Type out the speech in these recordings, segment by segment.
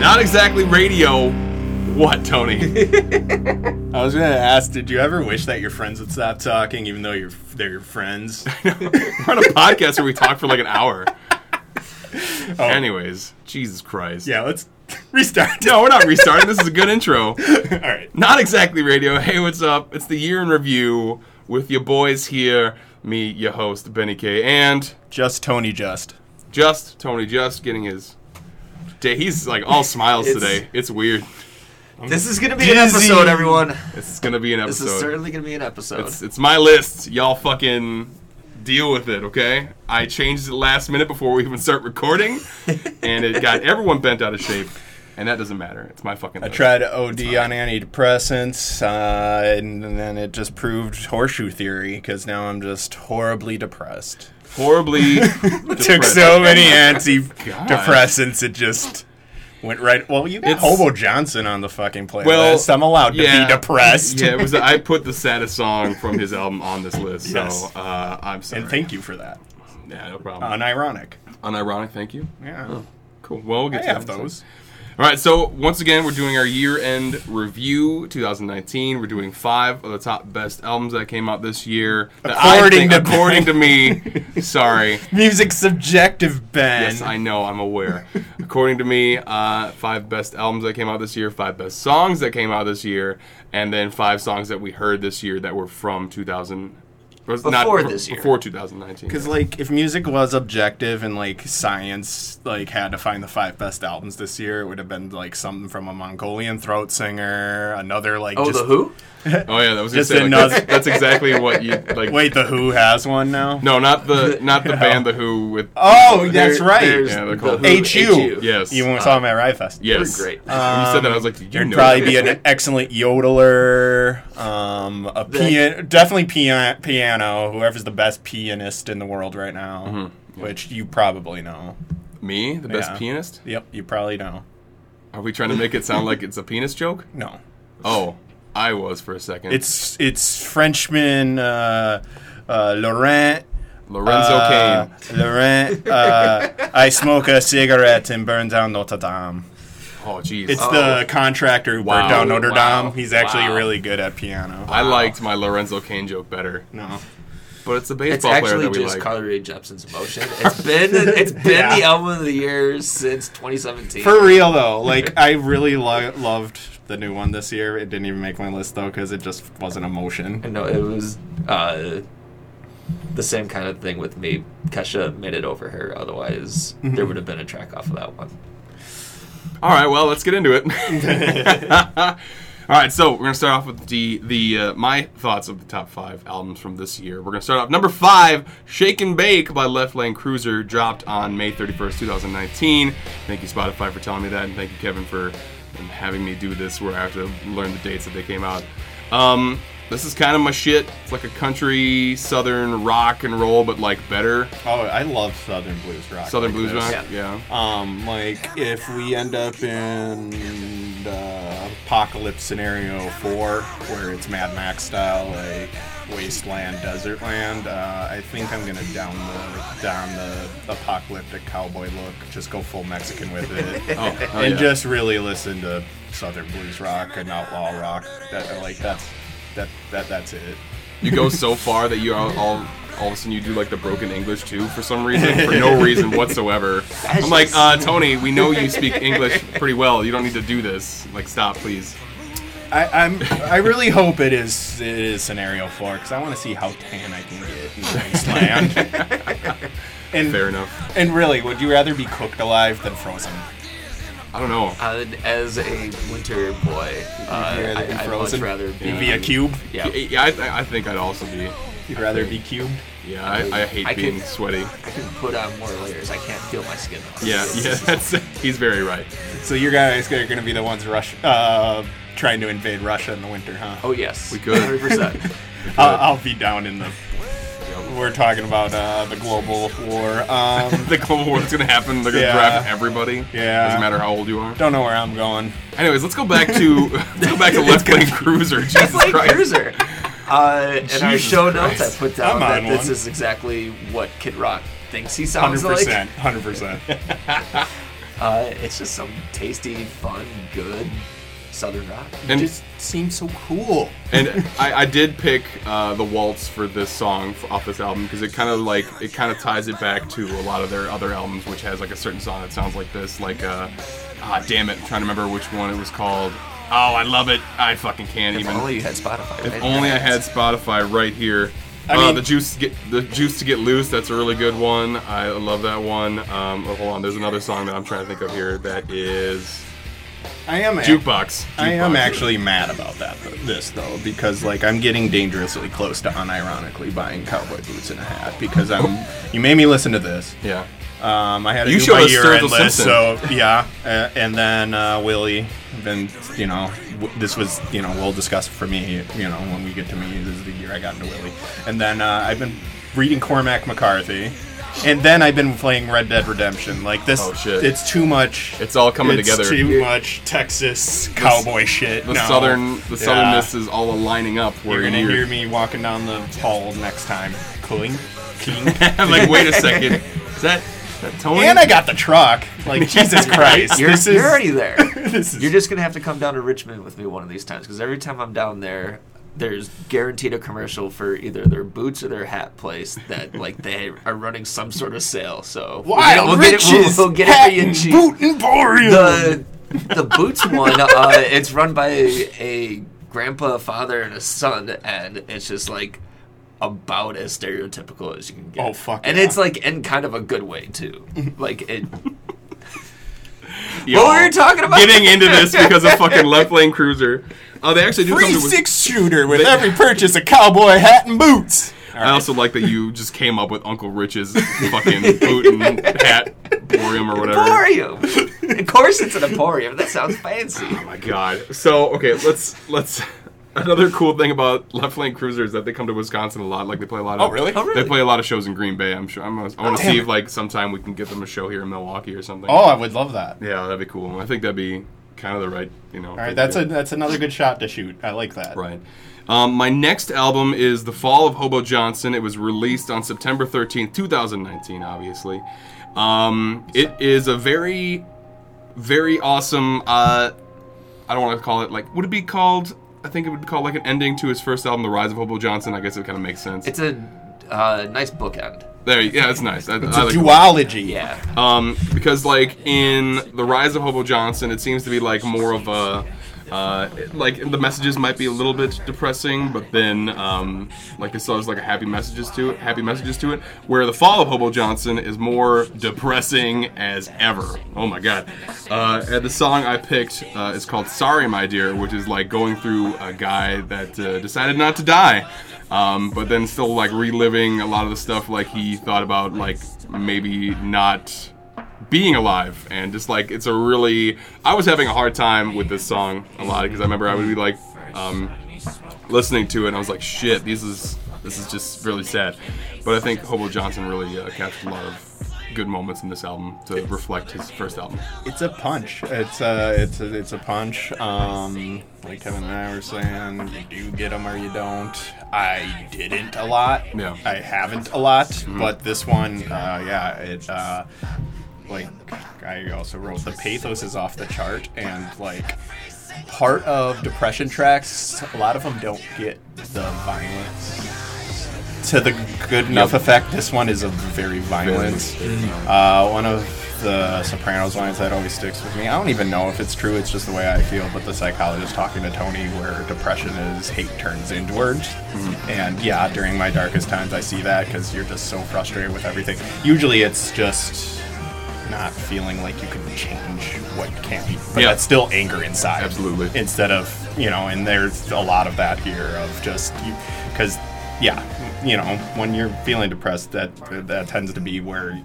not exactly radio. What, Tony? I was gonna ask, did you ever wish that your friends would stop talking, even though you're they're your friends? We're on a podcast where we talk for like an hour. Anyways, Jesus Christ. Oh. yeah, let's restart. No, we're not restarting. this is a good intro. All right. Not exactly radio. Hey, what's up? It's the year in review with your boys here. Me, your host, Benny K, and Just Tony, just. just Tony just getting his day. He's like all smiles It's- today. It's weird. This is gonna be an Dizzy. episode, everyone. It's gonna be an This episode. is certainly gonna be an episode. It's, it's my list. Y'all fucking deal with it, okay? I changed it last minute before we even start recording, and it got everyone bent out of shape. And that doesn't matter. It's my fucking. I list. tried OD on antidepressants, uh, and, and then it just proved horseshoe theory because now I'm just horribly depressed. horribly. Took depressed. so many antidepressants, it just went right. Well, you got It's- Hobo Johnson on the fucking playlist. Well, I'm allowed yeah. to be depressed. Yeah, it was. I put the saddest song from his album on this list, so Yes. uh, I'm sorry. and thank you for that. yeah, no problem. Unironic. Unironic, thank you. Yeah. Oh, Cool. Well, we'll get I to have that. those. All right, so once again, we're doing our year end review 2019. We're doing five of the top best albums that came out this year. that I According to- according to me, sorry. Music subjective, Ben. Yes, I know, I'm aware. according to me, uh, five best albums that came out this year, five best songs that came out this year, and then five songs that we heard this year that were from 2000. was Before this year. Before 2019. Because like, if music was objective and like science like had to find the five best albums this year, it would have been like something from a Mongolian throat singer, another like oh, just the Who? Oh yeah, that was gonna Just say, like, another- that's, that's exactly what you like. wait, the Who has one now. no, not the not the band The Who with. Oh, that's There- right. there's Yeah, they're the called Who, H.U. Yes. You Uh, once saw him at Riot Fest. Yes. They're great. when you said that, I was like, you Um, You'd know probably this. be an excellent yodeler, um, a pian- definitely pian- piano. Whoever's the best pianist in the world right now, Mm-hmm. which you probably know. me, the best Yeah. pianist. Yep, you probably know. Are we trying to make it sound like it's a penis joke? No, Oh, I was for a second. It's it's Frenchman uh, uh, Laurent. Lorenzo uh, Kane. Laurent. Uh, I smoke a cigarette and burn down Notre Dame. Oh, jeez. It's Uh, the contractor who Wow. burned down Notre Wow. Dame. He's actually Wow. really good at piano. I liked my Lorenzo Kane joke better, no. but it's a It's baseball player actually that we just like. Carly Rae Jepsen's emotion. It's been it's been Yeah. the album of the year since 2017. For real though, like I really lo- loved the new one this year. It didn't even make my list though because it just wasn't emotion. no, it was uh, the same kind of thing with me. Kesha made it over her. Otherwise, there would have been a track off of that one. All right, well, let's get into it. All right, so we're gonna start off with the the uh, my thoughts of the top five albums from this year. We're gonna start off number five, "Shake and Bake" by Left Lane Cruiser, dropped on May thirty first, two thousand nineteen. Thank you Spotify for telling me that, and thank you Kevin for um, having me do this, where I have to learn the dates that they came out. Um, this is kind of my shit. It's like a country southern rock and roll, but like better Oh, I love Southern blues rock. southern like blues this. rock. Yeah. yeah. Um, like if we end up in the apocalypse scenario four, where it's Mad Max style, like wasteland, desert land, uh, I think I'm gonna down the down the apocalyptic cowboy look. Just go full Mexican with it, Oh, hell and yeah. just really listen to southern blues rock and outlaw rock. That like that's that that that's it. you go so far that you all, all all of a sudden you do like the broken English too for some reason for no reason whatsoever. I'm like uh, Tony, we know you speak English pretty well. You don't need to do this. Like stop, please. I, I'm I really hope it is it is scenario four because I want to see how tan I can get in Wasteland. and Fair enough. and really, would you rather be cooked alive than frozen? I don't know. Uh, as a winter boy, uh, rather be I, I'd much frozen? rather be, You'd be a cube. Yeah, Yeah, I, I think I'd also be. You'd rather be cubed. Yeah, I, I hate I being could- sweaty. I can put on more layers. I can't feel my skin. Yeah, yeah, that's he's very right. So you guys are going to be the ones rush uh, trying to invade Russia in the winter, huh? Oh yes, we could. Hundred percent. I'll, I'll be down in the. We're talking about uh, the global war. Um, The Cold War's gonna happen. They're gonna Yeah. draft everybody. Yeah. doesn't matter how old you are. don't know where I'm going. Anyways, let's go back to let's go back to Left Wing Cruiser. Jesus Play Christ. Cruiser. Uh, and our Jesus show Christ. notes, I put down I'm that on this one. is exactly what Kid Rock thinks he sounds Hundred percent. like. Hundred percent. Uh, it's just some tasty, fun, good southern rock. And- it just seems so cool. and I, I did pick uh, the waltz for this song f off this album because it kind of like it kind of ties it back to a lot of their other albums, which has like a certain song that sounds like this. Like, uh, ah, damn it, I'm trying to remember which one it was called. Oh, I love it. I fucking can't If even. only you had Spotify. If right? only I had Spotify right here. I uh, mean- the juice to get the juice to get loose. That's a really good one. I love that one. Um, oh, hold on, there's another song that I'm trying to think of here that is I am. ac- jukebox. I am Jukebox. actually mad about that. th- This though, because like I'm getting dangerously close to unironically buying cowboy boots and a hat because I'm. You made me listen to this. Yeah. Um, I had to You do showed my us year Sturgill end list, so Simpson. yeah. Uh, and then uh, Willie, then you know, w- this was you know we'll discuss for me. You know, when we get to me, this is the year I got into Willie. And then uh, I've been reading Cormac McCarthy, and then I've been playing Red Dead Redemption. Like this, Oh, shit. it's too much. It's all coming it's together. Too much Texas cowboy shit. The no. southern the Yeah. southernness is all aligning up where You're gonna you're- hear me walking down the hall next time. Cling, cling. I'm like, wait a second. Is that, that Tony? and I got the truck. Like Jesus Christ, You're, this you're is already there. this is You're just gonna have to come down to Richmond with me one of these times because every time I'm down there, there's guaranteed a commercial for either their boots or their hat place that like they are running some sort of sale. So we'll get it- wild we'll get it, riches. we'll- we'll get it for you cheap. Boot Emporium. the the boots one uh, it's run by a grandpa a father and a son and it's just like about as stereotypical as you can get Oh, fuck and yeah. it's like in kind of a good way too like it Yo, What were you talking about? Getting into this because of fucking left lane cruiser. Oh, they actually do Free come to. six shooter with every purchase a cowboy hat and boots. Uh, I also like that you just came up with Uncle Rich's fucking boot and hat emporium or whatever. emporium of course it's an emporium that sounds fancy Oh my god. So okay, let's let's. Another cool thing about Left Lane Cruiser is that they come to Wisconsin a lot. Like they play a lot of. Oh, really? Oh, really? Oh, They play a lot of shows in Green Bay. I'm sure. I'm gonna, I want to damn see it. if like sometime we can get them a show here in Milwaukee or something. Oh, I would love that. Yeah, that'd be cool. I think that'd be kind of the right, you know. All right, that's a that's another good shot to shoot. I like that. right. Um, my next album is The Fall of Hobo Johnson. It was released on September 13th, 2019, obviously. Um, it is a very, very awesome. Uh, I don't want to call it like, would it be called? I think it would be called like an ending to his first album, The Rise of Hobo Johnson. I guess it kind of makes sense. it's a uh, nice bookend there, you- yeah, it's nice. I, It's I a like it. duology. yeah um, because like in the rise of Hobo Johnson, it seems to be like more of a uh, like the messages might be a little bit depressing, but then um, like it's always like a happy messages to it, happy messages to it. Where the fall of Hobo Johnson is more depressing as ever. Oh my god! Uh, and the song I picked uh, is called "Sorry, My Dear," which is like going through a guy that uh, decided not to die um, but then still like reliving a lot of the stuff like he thought about like maybe not being alive and just like it's a really i was having a hard time with this song a lot because i remember i would be like um, listening to it and i was like shit this is this is just really sad but i think hobo johnson really uh, captured a lot of good moments in this album to reflect his first album It's a punch. It's a it's a, it's a punch. Um, like Kevin and I were saying, you do get them or you don't. I didn't a lot. Yeah. I haven't a lot, but this one, uh, yeah, it. Uh, like I also wrote the pathos is off the chart, and like part of depression tracks, a lot of them don't get the violence to the good enough effect. This one is a very violent. Uh, one of the Sopranos lines that always sticks with me. I don't even know if it's true. It's just the way I feel. But the psychologist talking to Tony, where depression is hate turns inward, and yeah, during my darkest times, I see that because you're just so frustrated with everything. Usually, it's just not feeling like you can change what can be, but Yeah. that's still anger inside. Absolutely. Instead of you know, and there's a lot of that here of just because yeah, you know, when you're feeling depressed, that that tends to be where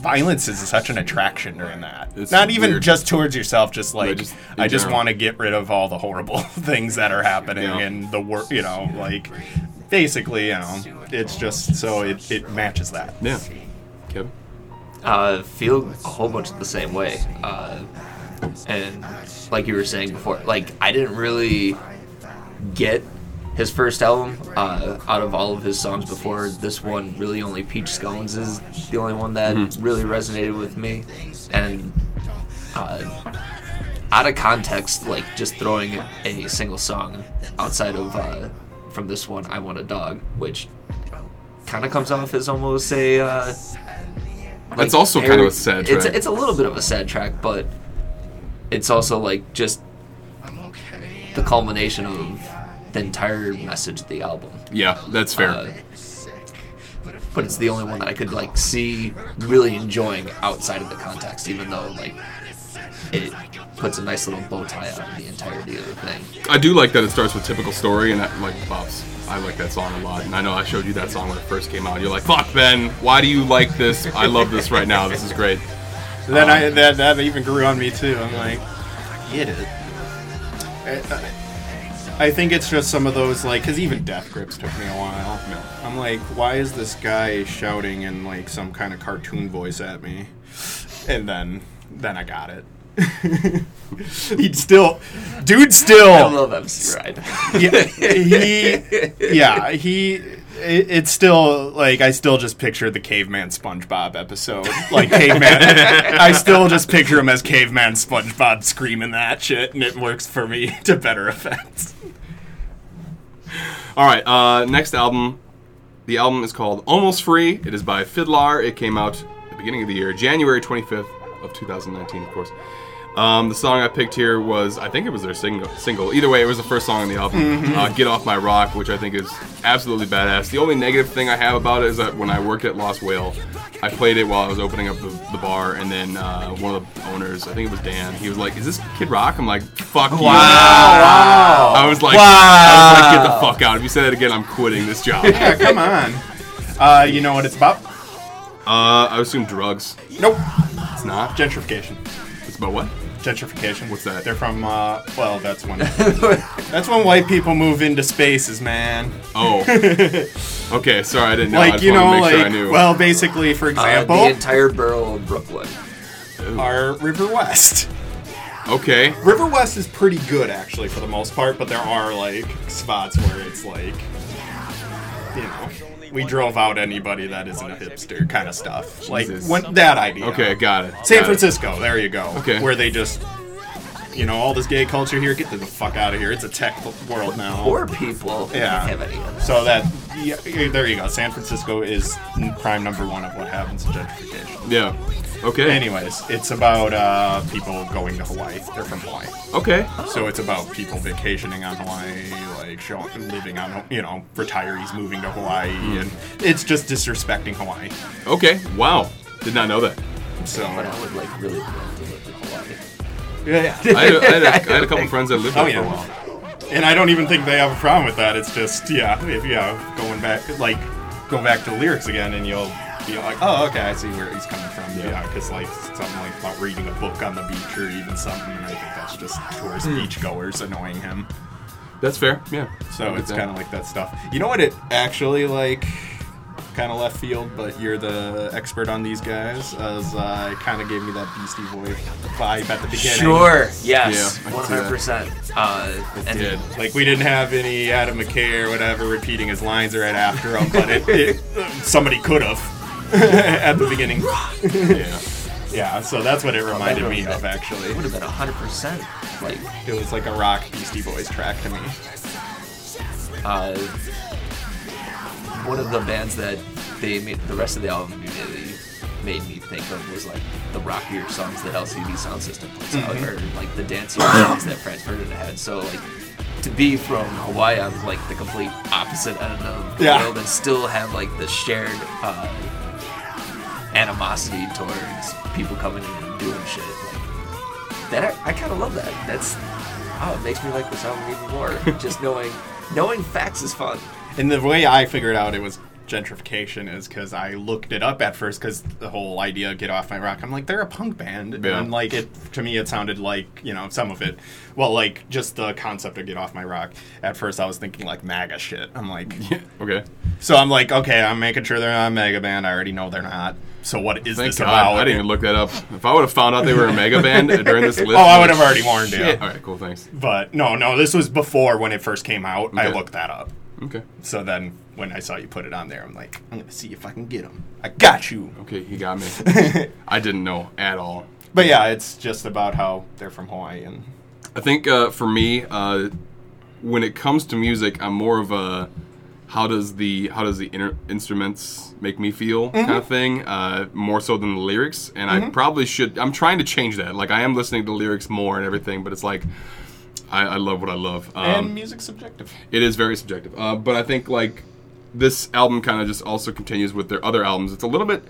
violence is such an attraction during that. It's not even weird. just towards yourself, just like just in I just general. want to get rid of all the horrible things that are happening Yeah. and the work, you know, like basically, you know, it's just so it, it matches that. yeah kevin uh, feel a whole bunch the same way. Uh, and like you were saying before, like I didn't really get his first album uh, out of all of his songs before this one. Really, only Peach Scones is the only one that really resonated with me, and uh, out of context, like just throwing a single song outside of uh, from this one, "I Want a Dog," which kind of comes off as almost a. Uh, That's also kind of a sad It's track. it's a little bit of a sad track, but it's also like just the culmination of the entire message of the album. Yeah, that's fair. Uh, but it's the only one that I could like see really enjoying outside of the context, even though like it puts a nice little bow tie on the entirety of the thing. I do like that it starts with typical story, and that, like Bob's. I like that song a lot, and I know I showed you that song when it first came out. You're like, "Fuck, Ben, why do you like this? I love this right now. This is great." Then I that, that even grew on me too. I'm like, Um, I get it. I, I think it's just some of those like, because even Death Grips took me a while. I'm like, why is this guy shouting in like some kind of cartoon voice at me? And then then I got it. He'd still, dude, still. Oh. I love MC Ride. Uh, yeah, he, yeah, he. It, it's still like I still just picture the caveman SpongeBob episode. Like caveman, I still just picture him as caveman SpongeBob screaming that shit, and it works for me to better effect. All right, uh, next album. The album is called Almost Free. It is by Fiddlar. It came out at the beginning of the year, January 25th of 2019, of course. Um, the song I picked here was, I think it was their single. single. Either way, it was the first song on the album, uh, Get Off My Rock, which I think is absolutely badass. The only negative thing I have about it is that when I worked at Lost Whale, I played it while I was opening up the, the bar, and then uh, one of the owners, I think it was Dan, he was like, Is this Kid Rock? I'm like, Fuck wow. I was like, I was like, get the fuck out. If you say that again, I'm quitting this job. uh, Yeah, come on. Uh, you know what it's about? I assume drugs. Nope, It's not. gentrification. It's about what? Gentrification. What's that? They're from. Uh, well, that's when. that's when white people move into spaces, man. Oh. okay, sorry, I didn't know. I like just you wanted to know, make like sure I knew. well, basically, for Uh, example, the entire borough of Brooklyn. are River West. okay. River West is pretty good actually for the most part, but there are like spots where it's like, you know, we drove out anybody that isn't a hipster kind of stuff. Like Jesus. when, that idea. Okay, got it. San got it. Francisco, there you go. Okay. Where they just, you know, all this gay culture here, get the fuck out of here. It's a tech world now. Poor people Yeah. have any of this. So that, yeah, there you go. San Francisco is prime number one of what happens in gentrification. Yeah. Okay. Anyways, it's about uh, people going to Hawaii. They're from Hawaii. Okay. So it's about people vacationing on Hawaii, like showing, living on, you know, retirees moving to Hawaii, and it's just disrespecting Hawaii. Okay. Wow. Did not know that. So But I would like really love to live in Hawaii. yeah, I had, I had, a, I had a couple friends that lived there oh for a yeah. while. And I don't even think they have a problem with that. It's just yeah, if yeah, going back like go back to lyrics again, and you'll be like, oh okay, I see where he's coming from. Yeah, because like something like about reading a book on the beach or even something, and I think that's just tourist beachgoers annoying him. That's fair. Yeah. So it's kind of like that stuff. You know what? It actually like kind of left field, but you're the expert on these guys. As uh, it kind of gave me that Beastie Boy vibe at the beginning. Sure. Yes. Yeah, I One can see that. hundred percent. Uh, And did. Like we didn't have any Adam McKay or whatever repeating his lines right after him, but it, it somebody could have at the beginning. Yeah. Yeah, so that's what it reminded would've me been- of actually. it would have been hundred percent. Like It was like a rock Beastie Boys track to me. uh, one of the bands that they made the rest of the album immediately made me think of was like the rockier songs that LCD Sound System puts out, or like the dancier songs that Franz Ferdinand had. So like to be from Hawaii on like the complete opposite end of the Yeah. world and still have like the shared uh, animosity towards people coming in and doing shit. Like, that I, I kind of love that. That's oh, it makes me like this album even more. Just knowing knowing facts is fun. And the way I figured out it was gentrification is because I looked it up at first because the whole idea of get off my rock. I'm like, they're a punk band, Yeah. and like it to me, it sounded like you know some of it. Well, like just the concept of get off my rock. At first, I was thinking like MAGA shit. I'm like, Okay. so I'm like, okay, I'm making sure they're not a mega band. I already know they're not. So what is Thank this God. about? I didn't even look that up. If I would have found out they were a mega band during this list. oh, I I'm would have like, already warned Shit. you. All right. Cool. Thanks. But no, no, this was before when it first came out. I Okay. looked that up. Okay. So then when I saw you put it on there, I'm like, I'm gonna see if I can get him. I got you. Okay. He got me. I didn't know at all. But yeah, it's just about how they're from Hawaii and I think uh, for me, uh, when it comes to music, I'm more of a how does the how does the inter- instruments make me feel kind of thing, uh, more so than the lyrics. And I probably should. I'm trying to change that. Like I am listening to lyrics more and everything, but it's like I, I love what I love. Um, and music's subjective. it is very subjective. Uh, but I think like this album kind of just also continues with their other albums. It's a little bit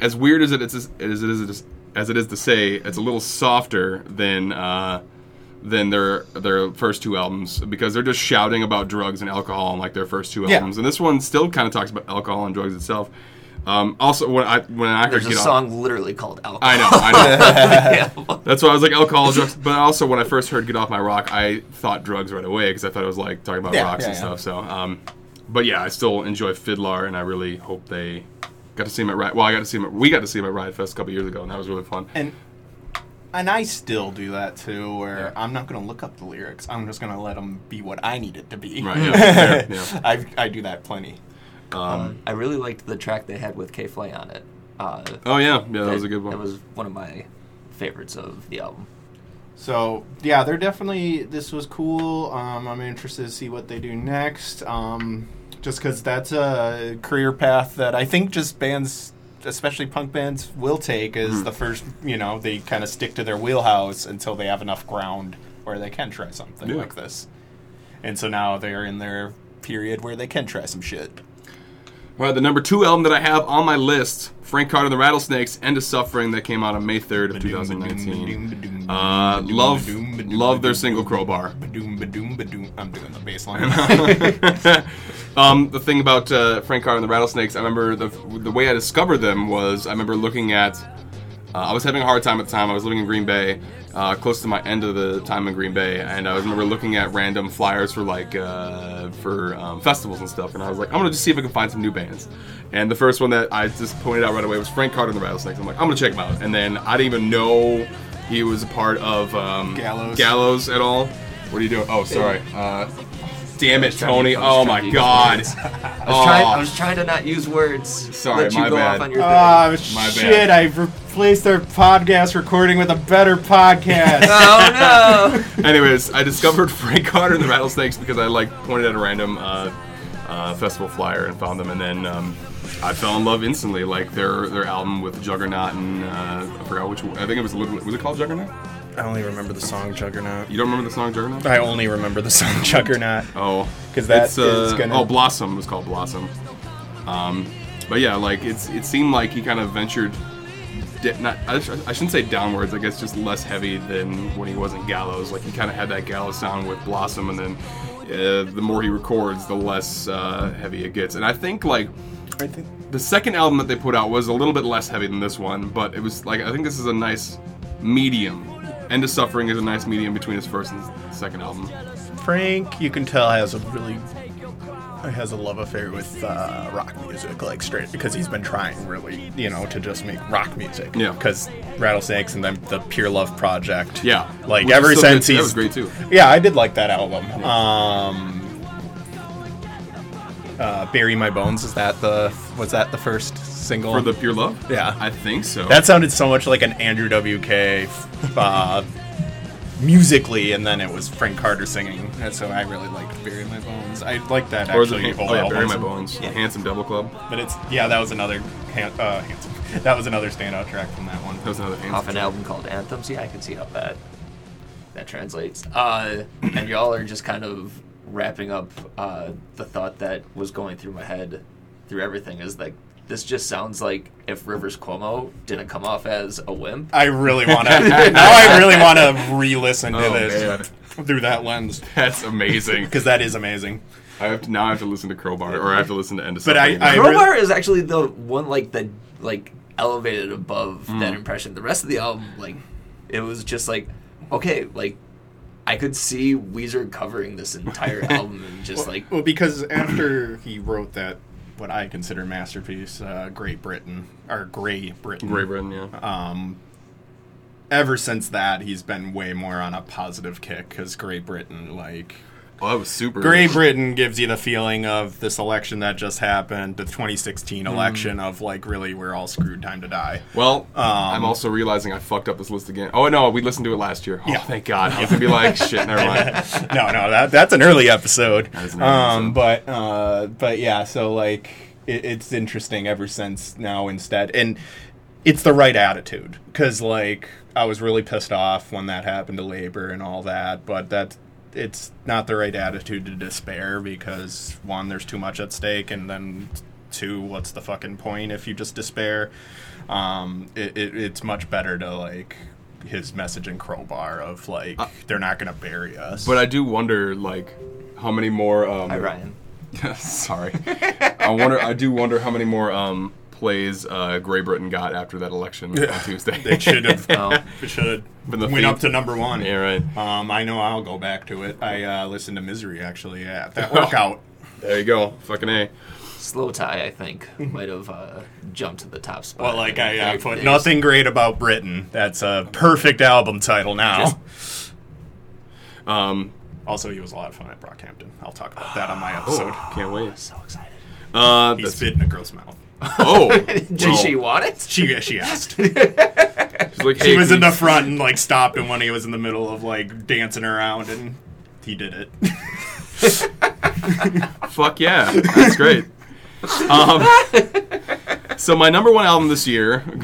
as weird as it is as it is as it is to say. It's a little softer than uh, than their their first two albums because they're just shouting about drugs and alcohol in like their first two Yeah. albums. And this one still kind of talks about alcohol and drugs itself. Um, also, when I when I heard There's a Get Off- song literally called Alcohol. I know, I know. yeah. That's why I was like alcohol, drugs. But also, when I first heard "Get Off My Rock," I thought drugs right away because I thought it was like talking about Yeah, rocks yeah, and yeah. stuff. So, um, but yeah, I still enjoy Fiddlar, and I really hope they got to see him at Riot. Well, I got to see him. At, we got to see him at Riot Fest a couple years ago, and that was really fun. And and I still do that too, where I'm not gonna look up the lyrics. I'm just gonna let them be what I need it to be. Right, yeah, yeah, yeah. I I do that plenty. Uh-huh. Um, I really liked the track they had with K Flay on it. Uh, Oh yeah, yeah, that was a good one. That was one of my favorites of the album. So yeah, they're definitely. This was cool. Um, I'm interested to see what they do next. Um, just because that's a career path that I think just bands, especially punk bands, will take as Hmm. the first. You know, they kind of stick to their wheelhouse until they have enough ground where they can try something Yeah. like this. And so now they're in their period where they can try some shit. All right, the number two album that I have on my list, Frank Carter and the Rattlesnakes, End of Suffering, that came out on May 3rd of 2019. Uh, love, love their single Crowbar. Ba-doom, ba-doom, ba-doom. I'm doing the bass line. um, the thing about uh, Frank Carter and the Rattlesnakes, I remember the, the way I discovered them was I remember looking at. Uh, I was having a hard time at the time. I was living in Green Bay, uh, close to my end of the time in Green Bay, and I remember looking at random flyers for like uh, for um, festivals and stuff. And I was like, I'm gonna just see if I can find some new bands. And the first one that I just pointed out right away was Frank Carter and the Rattlesnakes. I'm like, I'm gonna check him out. And then I didn't even know he was a part of um, Gallows. Gallows at all. What are you doing? Oh, sorry. Uh, Damn it, trying to- Tony! I was Oh trying to my use God! words. I was, Oh. trying, I was trying to not use words. Sorry, let you my go bad. off on your thing. Ah, My shit, bad. I replaced our podcast recording with a better podcast. oh Anyways, I discovered Frank Carter and the Rattlesnakes because I like pointed at a random uh, uh, festival flyer and found them, and then um, I fell in love instantly. Like their their album with Juggernaut and uh, I forgot which. I think it was a little. Was it called Juggernaut? I only remember the song Juggernaut. You don't remember the song Juggernaut? I only remember the song Juggernaut. Oh, 'Cause that it's, uh, is gonna- oh Blossom was called Blossom. Um, but yeah, like it's it seemed like he kind of ventured. di- Not, I, sh- I shouldn't say downwards. I guess just less heavy than when he was in Gallows. Like he kind of had that Gallows sound with Blossom, and then uh, the more he records, the less uh, heavy it gets. And I think like I think. the second album that they put out was a little bit less heavy than this one, but it was like I think this is a nice medium. End of Suffering is a nice medium between his first and his second album. Frank, you can tell, has a really has a love affair with uh, rock music, like straight because he's been trying really, you know, to just make rock music. Yeah. Because Rattlesnakes and then the Pure Love Project. Yeah, Like Which is ever still since good. that he's was great too. Yeah, I did like that album. Um, uh, "Bury My Bones" is that the was that the first single? For the pure love? Yeah. I think so. that sounded so much like an Andrew WK uh, musically, and then it was Frank Carter singing. And so I really liked "Bury My Bones." I like that or is actually. it whole oh, yeah, album. bury my bones. Yeah. Handsome Devil Club. But it's yeah, that was another han- uh, handsome. That was another standout track from that one. That was another no! off handsome. an album called Anthems. Yeah, I can see how that that translates. Uh, and y'all are just kind of wrapping up uh, the thought that was going through my head through everything is like this just sounds like if Rivers Cuomo didn't come off as a wimp. I really want to. now I really want to re-listen to Oh, this through that lens. That's amazing. because that is amazing. I have to, now I have to listen to Crowbar, or I have to listen to End of But I- Suffering. I- Now. really- Crowbar is actually the one like the like elevated above Hmm. that impression. The rest of the album, like, it was just like, okay, like, I could see Weezer covering this entire album and just like, well, because after he wrote that, what I consider masterpiece, uh, Great Britain or Grey Britain, Great Britain, yeah. Um, ever since that, he's been way more on a positive kick because Great Britain, like, Oh, that was super. Great Britain gives you the feeling of this election that just happened, the 2016 election of like really we're all screwed, time to die. Well, Um, I'm also realizing I fucked up this list again. Oh no, we listened to it last year. Oh, Yeah. thank God. I was gonna be like, shit, never mind. no, no, that that's an early episode. That is an early Um, but uh, but yeah, so like it, it's interesting ever since now instead, and it's the right attitude because like I was really pissed off when that happened to labor and all that, but that's it's not the right attitude to despair because one, there's too much at stake, and then two, what's the fucking point if you just despair? Um, it, it, it's much better to like his message in crowbar of like they're not gonna bury us Uh, But I do wonder, like, how many more. Um, Hi, Ryan. sorry. I wonder. I do wonder how many more um, plays uh, Great Britain got after that election on Tuesday. They should have. Oh. should Been the went theme- up to number one. yeah, right. Um, I know I'll go back to it. I uh, listened to Misery actually. Yeah, that workout. There you go. Fucking a. Slow tie, I think, might have uh, jumped to the top spot. Well, like I, I put They- nothing great about Britain. That's a perfect album title now. Um, also, he was a lot of fun at Brockhampton. I'll talk about that on my episode. can't wait. Oh, So excited. Uh, He that's- spit in a girl's mouth. oh, Did well, she want it? She she asked. she's like, hey, She was can in you- the front and like stopped him when he was in the middle of like dancing around, and he did it. Fuck yeah, that's great. Um, so my number one album this year,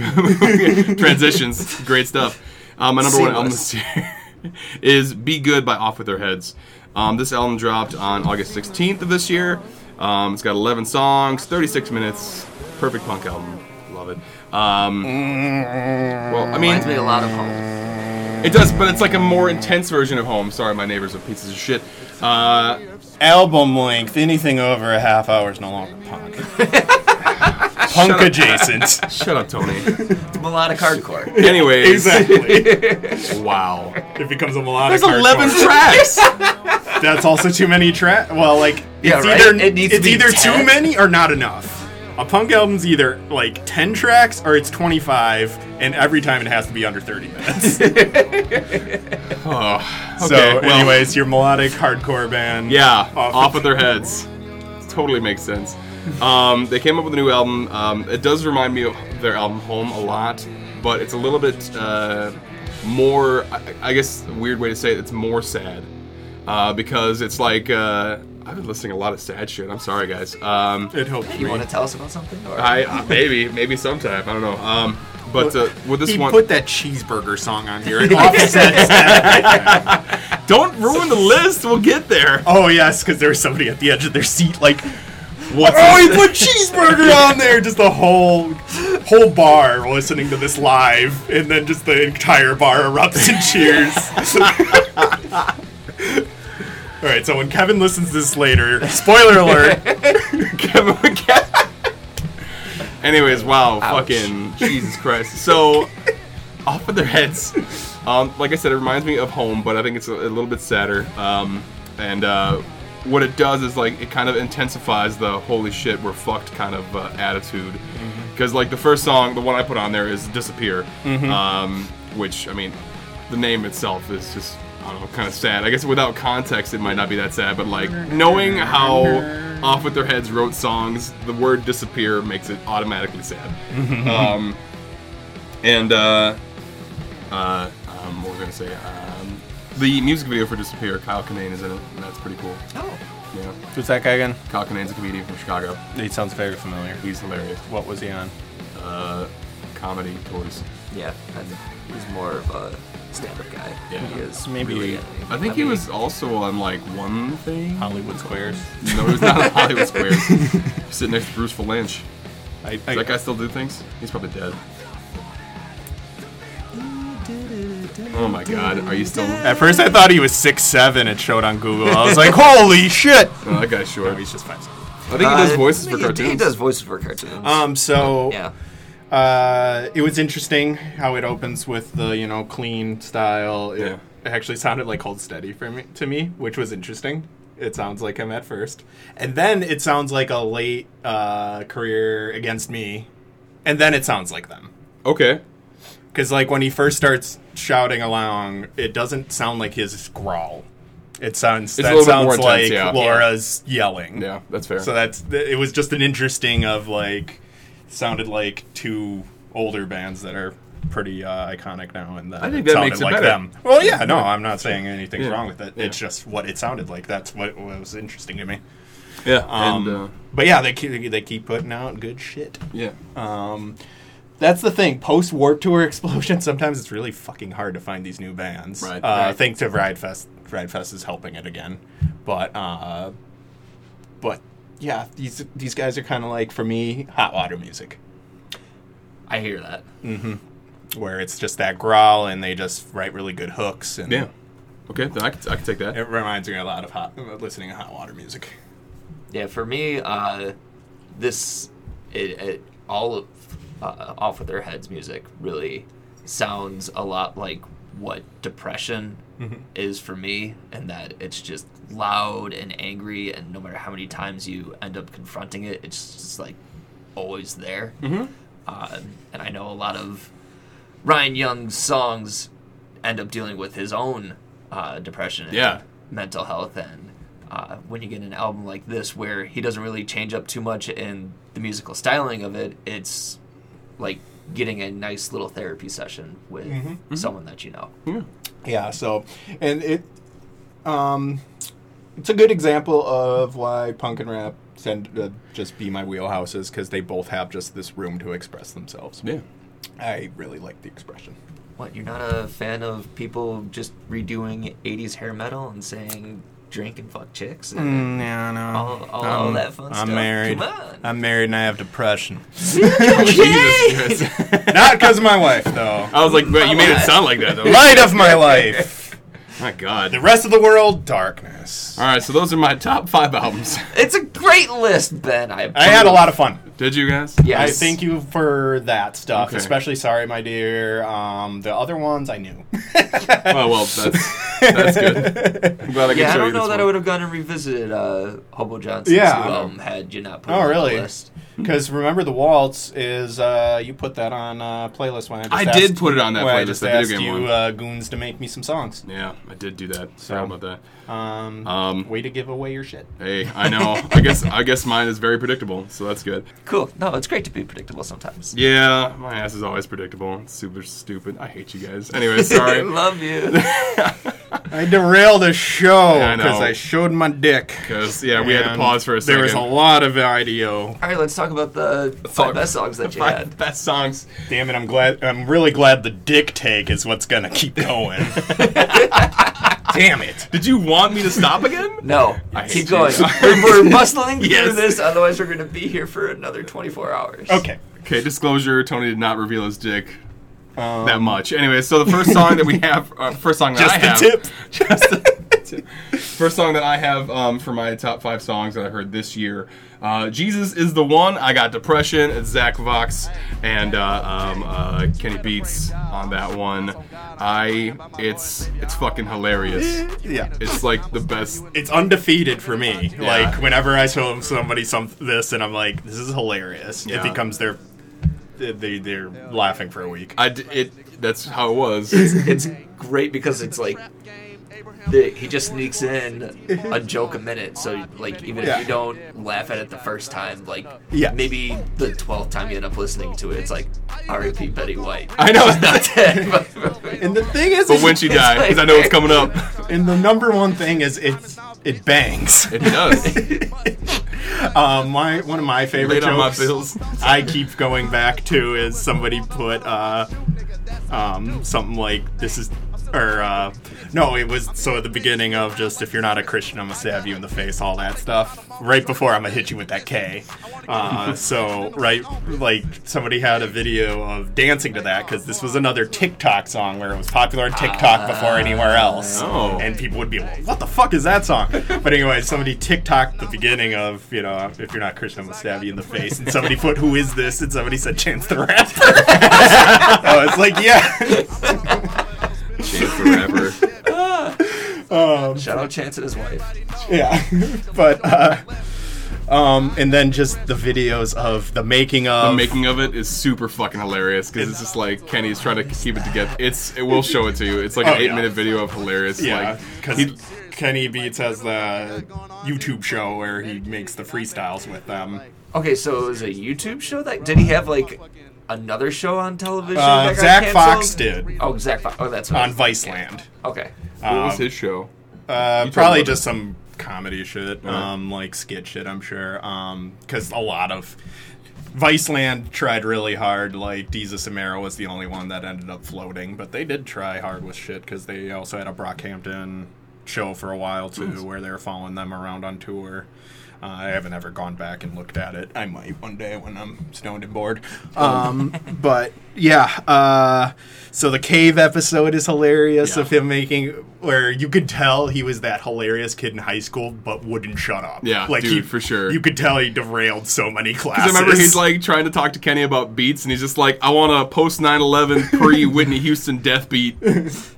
transitions, great stuff. Um, my number one album Seamless. this year is "Be Good" by Off with Their Heads. Um, this album dropped on August 16th of this year. Um, it's got 11 songs, 36 minutes, perfect punk album. Love it. Um, well, I mean, Reminds me a lot of home. it does, but it's like a more intense version of Home. Sorry, my neighbors are pieces of shit. Uh, Album length, anything over a half hour is no longer punk. punk adjacent. shut up, Tony. It's melodic hardcore. Anyways, exactly. wow. It becomes a melodic. There's 11 hardcore. tracks. That's also too many tracks. Well, like it's Yeah, right? either It needs to it's be either 10. too many or not enough. A punk album's either like ten tracks or it's twenty five, and every time it has to be under thirty minutes. oh, so, okay, well, anyways, your melodic hardcore band. yeah, off, Off- with their heads. Totally makes sense. Um, they came up with a new album. Um, it does remind me of their album Home a lot, but it's a little bit uh, more. I, I guess a weird way to say it. It's more sad uh, because it's like uh, I've been listening to a lot of sad shit. I'm sorry, guys. Um, It helped You me. want to tell us about something? Or? I uh, maybe maybe sometime. I don't know. Um, but uh, with this He one, put that cheeseburger song on here. and offsets that. don't ruin the list. We'll get there. Oh yes, because there was somebody at the edge of their seat, like, "What's?" Oh, he put cheeseburger on there. Just the whole, whole bar listening to this live, and then just the entire bar erupts in cheers. All right, so when Kevin listens to this later, spoiler alert, Kevin McKe- Anyways, wow, Ouch. fucking Jesus Christ. So, off with their heads. Um, like I said, it reminds me of home, but I think it's a, a little bit sadder. Um, and uh, what it does is like it kind of intensifies the "holy shit, we're fucked" kind of uh, attitude. Because like the first song, the one I put on there is "Disappear," um, which I mean, the name itself is just. I don't know, kind of sad. I guess without context, it might not be that sad, but like knowing how off with their heads wrote songs the word disappear makes it automatically sad um, and uh, uh, um, what we're gonna say um, the music video for disappear kyle kinane is in it and that's pretty cool Oh. yeah who's that guy again? kyle kinane's a comedian from chicago He sounds very familiar. he's hilarious What was he on? uh, comedy toys Yeah, and he's more of a stand-up guy. Yeah. he is. Maybe- really, i think he mean, was also on like one thing Hollywood Squares. no he was not on hollywood squares sitting next to bruce Valanche. I, does that guy still do things he's probably dead oh my god are you still At first, I thought he was six seven. It showed on Google. I was like, "Holy shit!" Oh, that guy's short. No, he's just five. I think he does Uh, voices for he- cartoons. He does voices for cartoons. Um, so yeah. uh, it was interesting how it opens with the you know clean style. It Yeah. actually sounded like Hold Steady for me to me, which was interesting. It sounds like him at first, and then it sounds like a late uh, career against me, and then it sounds like them. Okay. Because like when he first starts shouting along, it doesn't sound like his growl. It sounds a that little bit sounds more intense, like yeah. Laura's yelling. Yeah, that's fair. So that's th- it was just an interesting of like sounded like two older bands that are pretty uh, iconic now and I think it that sounded makes it like better. them. Well, yeah, no, I'm not saying anything's Yeah. wrong with it. Yeah. It's just what it sounded like. That's what was interesting to me. yeah, Um, and uh, but yeah, they keep, they keep putting out good shit. yeah, Um, that's the thing. Post Warp Tour explosion. Sometimes it's really fucking hard to find these new bands. Right. Uh, Right. Thanks to Ride Fest. Ride Fest is helping it again, but uh, but yeah, these these guys are kind of like for me hot water music, I hear that. where it's just that growl and they just write really good hooks and yeah. Okay, then I could, I could take that. It reminds me a lot of hot listening to hot water music. Yeah, for me, uh, this it, it, all of uh, off with their heads music really sounds a lot like what depression is for me, and that it's just loud and angry, and no matter how many times you end up confronting it, it's just like always there. Uh, and I know a lot of Ryan Young's songs end up dealing with his own uh, depression and Yeah. mental health. And uh, when you get an album like this, where he doesn't really change up too much in the musical styling of it, it's like getting a nice little therapy session with someone that you know. Yeah, so and it um it's a good example of why punk and rap tend to just be my wheelhouses because they both have just this room to express themselves. Yeah. I really like the expression. What, you're not a fan of people just redoing 80s hair metal and saying drink and fuck chicks? And Mm, Yeah, no. All- all- all that fun I'm stuff. married. Come on. I'm married and I have depression. Jesus Christ. Not because of my wife, though. I was like, but you made it Lies. sound like that though. Light of my life. My God. The rest of the world, darkness. All right, so those are my top five albums. It's a great list, Ben. I, I had a lot of fun. Did you guys? Yes. I thank you for that stuff, Okay. especially sorry, my dear. Um, the other ones I knew. Oh well, that's that's good. I'm glad I could Yeah, I show you this don't know that one. I would have gone and revisited uh, Hobo Johnson's Yeah. new album had you not put it Oh, on really? the list. Because remember, the waltz is uh, you put that on uh, playlist when I just I asked- did put it on that when I playlist, just the video asked game you one. Uh, goons to make me some songs. Yeah, I did do that. So- Sorry about that. Um, Um, way to give away your shit. hey, I know. I guess I guess mine is very predictable, so that's good. Cool. No, it's great to be predictable sometimes. Yeah, my ass is always predictable. It's super stupid. I hate you guys. Anyway, sorry. Love you. I derailed the show Yeah, I know. because I, showed my dick. 'Cause, yeah, we had to And pause for a second. There was a lot of audio. All right, let's talk about the Fuck. five best songs that you Five had. best songs. Damn it! I'm glad. I'm really glad the dick take is what's gonna keep going. Damn it! Did you want me to stop again? No, I hate keep going. you. we're, we're muscling through Yes. this, otherwise we're going to be here for another 24 hours. Okay. Okay, disclosure: Tony did not reveal his dick that much. Anyway, so the first song that we have, uh, first song that Um, Just I the have, tip. just the tip. First song that I have um, for my top five songs that I heard this year. Uh, Jesus is the one. I got depression. It's Zach Vox and uh, um, uh, Kenny Beats on that one. I it's it's fucking hilarious. Yeah. It's like the best. it's undefeated for me. Yeah. Like whenever I show somebody some this, and I'm like, this is hilarious. Yeah. It becomes their they they're laughing for a week. I d- it that's how it was. It's great because it's like the, he just sneaks in a joke a minute. So like even Yeah. if you don't laugh at it the first time, like Yeah. maybe the twelfth time you end up listening to it, it's like R.I.P. Betty White. I know it's not. Not dead, but- And the thing is, But when she died, because I know it's coming up, and the number one thing is it it bangs. it does. Um, my one of my Late favorite on my jokes bills. I keep going back to is somebody put uh, um, something like this is or uh, no, it was so at the beginning of just if you're not a Christian, I'm gonna stab you in the face, all that stuff. Right before I'm gonna hit you with that K. Uh, so right, like somebody had a video of dancing to that because this was another TikTok song where it was popular on TikTok before anywhere else, Oh. and people would be like, "What the fuck is that song?" But anyway, somebody TikToked the beginning of you know if you're not Christian, I'm gonna stab you in the face, and somebody put "Who is this?" and somebody said Chance the Rapper. I was like, yeah. Chance forever. Shout out Chance and his wife. Yeah, but uh, Um, and then just the videos of the making The of. making of it is super fucking hilarious because it's just like Kenny's trying to keep it together. It's it will show it to you. It's like an Oh, eight yeah. minute video of hilarious. Yeah, like because he, Kenny Beats has the YouTube show where he makes the freestyles with them. Okay, so it was a YouTube show that did he have like another show on television? Uh, that got Zach Fox canceled? did Oh, Zach Fox. Oh, that's what it on is. Viceland. Okay. what was Um, his show? Uh, You talking probably about Uh-huh. just some comedy shit, um, like skit shit, I'm sure. Because a lot of Viceland tried really hard. Like Deezus Samara was the only one that ended up floating, but they did try hard with shit because they also had a Brockhampton show for a while too, where they were following them around on tour. Uh, I haven't ever gone back and looked at it. I might one day when I'm stoned and bored. Oh. Um, but yeah, uh, so the cave episode is hilarious of him making where you could tell he was that hilarious kid in high school, but wouldn't shut up. Yeah, like dude, he- for sure. You could tell he derailed so many I classes. remember he's like trying to talk to Kenny about beats, and he's just like, "I want a post 9/11 pre Whitney Houston death beat."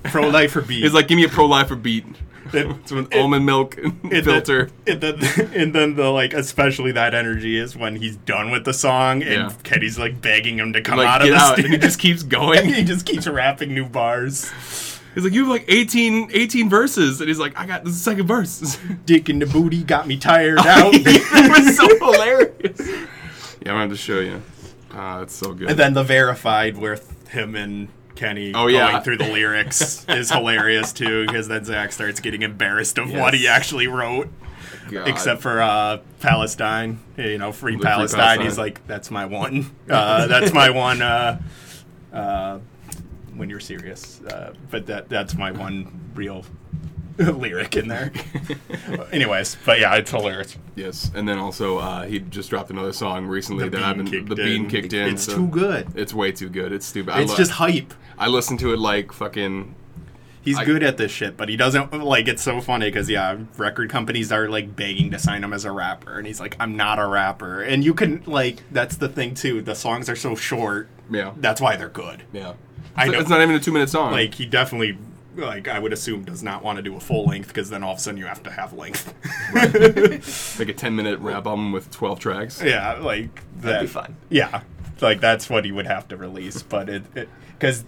pro life for beat. He's like, "Give me a pro lifer beat." It- It's with it- almond milk And filter. Then, and, then, and then the like, especially that energy is when he's done with the song and Yeah. Kenny's like begging him to come like out of get the out, stu- and he just keeps going. he just keeps rapping new bars. He's like, "You have like 18, 18 verses," and he's like, "I got this is the second verse." Dick in the booty got me tired Oh, out. it was so hilarious. Yeah, I'm gonna have to show you. Ah, it's so good. and then the verified with him and Kenny Oh, yeah. going through the lyrics is hilarious too, because then Zach starts getting embarrassed of what he Yes. actually wrote. God. except for uh, Palestine. You know, free Free Palestine. He's Palestine. like, that's my one. Uh, that's my one. Uh, uh, when you're serious, uh, but that that's my one real lyric in there. Anyways, but yeah, it's hilarious. yes, and then also uh, he just dropped another song recently The that I've bean been kicked the bean in. kicked in. It's so- too good. It's way too good. It's stupid. I It's lo- just hype. I listen to it like fucking He's I- good at this shit, but he doesn't like. It's so funny because yeah, record companies are like begging to sign him as a rapper, and he's like, "I'm not a rapper." And you can like, that's the thing too. The songs are so short. Yeah. that's why they're good. yeah. I It's- know. It's not even a two minute song. Like he definitely, like I would assume, does not want to do a full length because then all of a sudden you have to have length. like a ten minute rap album with twelve tracks. yeah, like that. be fun. Yeah, like that's what he would have to release. But it because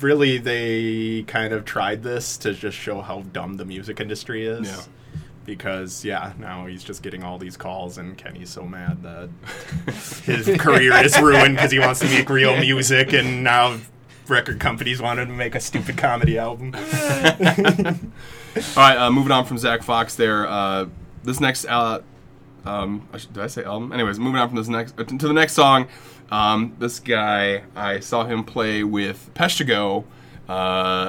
really they kind of tried this to just show how dumb the music industry is. Yeah. Because yeah, now he's just getting all these calls, and Kenny's so mad that his career is ruined because he wants to make real music, and now record companies want him to make a stupid comedy album. All right, uh, moving on from Zach Fox. There, uh, this next, uh, um, I should- did I say album? Anyways, moving on from this next uh, to the next song. Um, this guy, I saw him play with Peshtigo uh,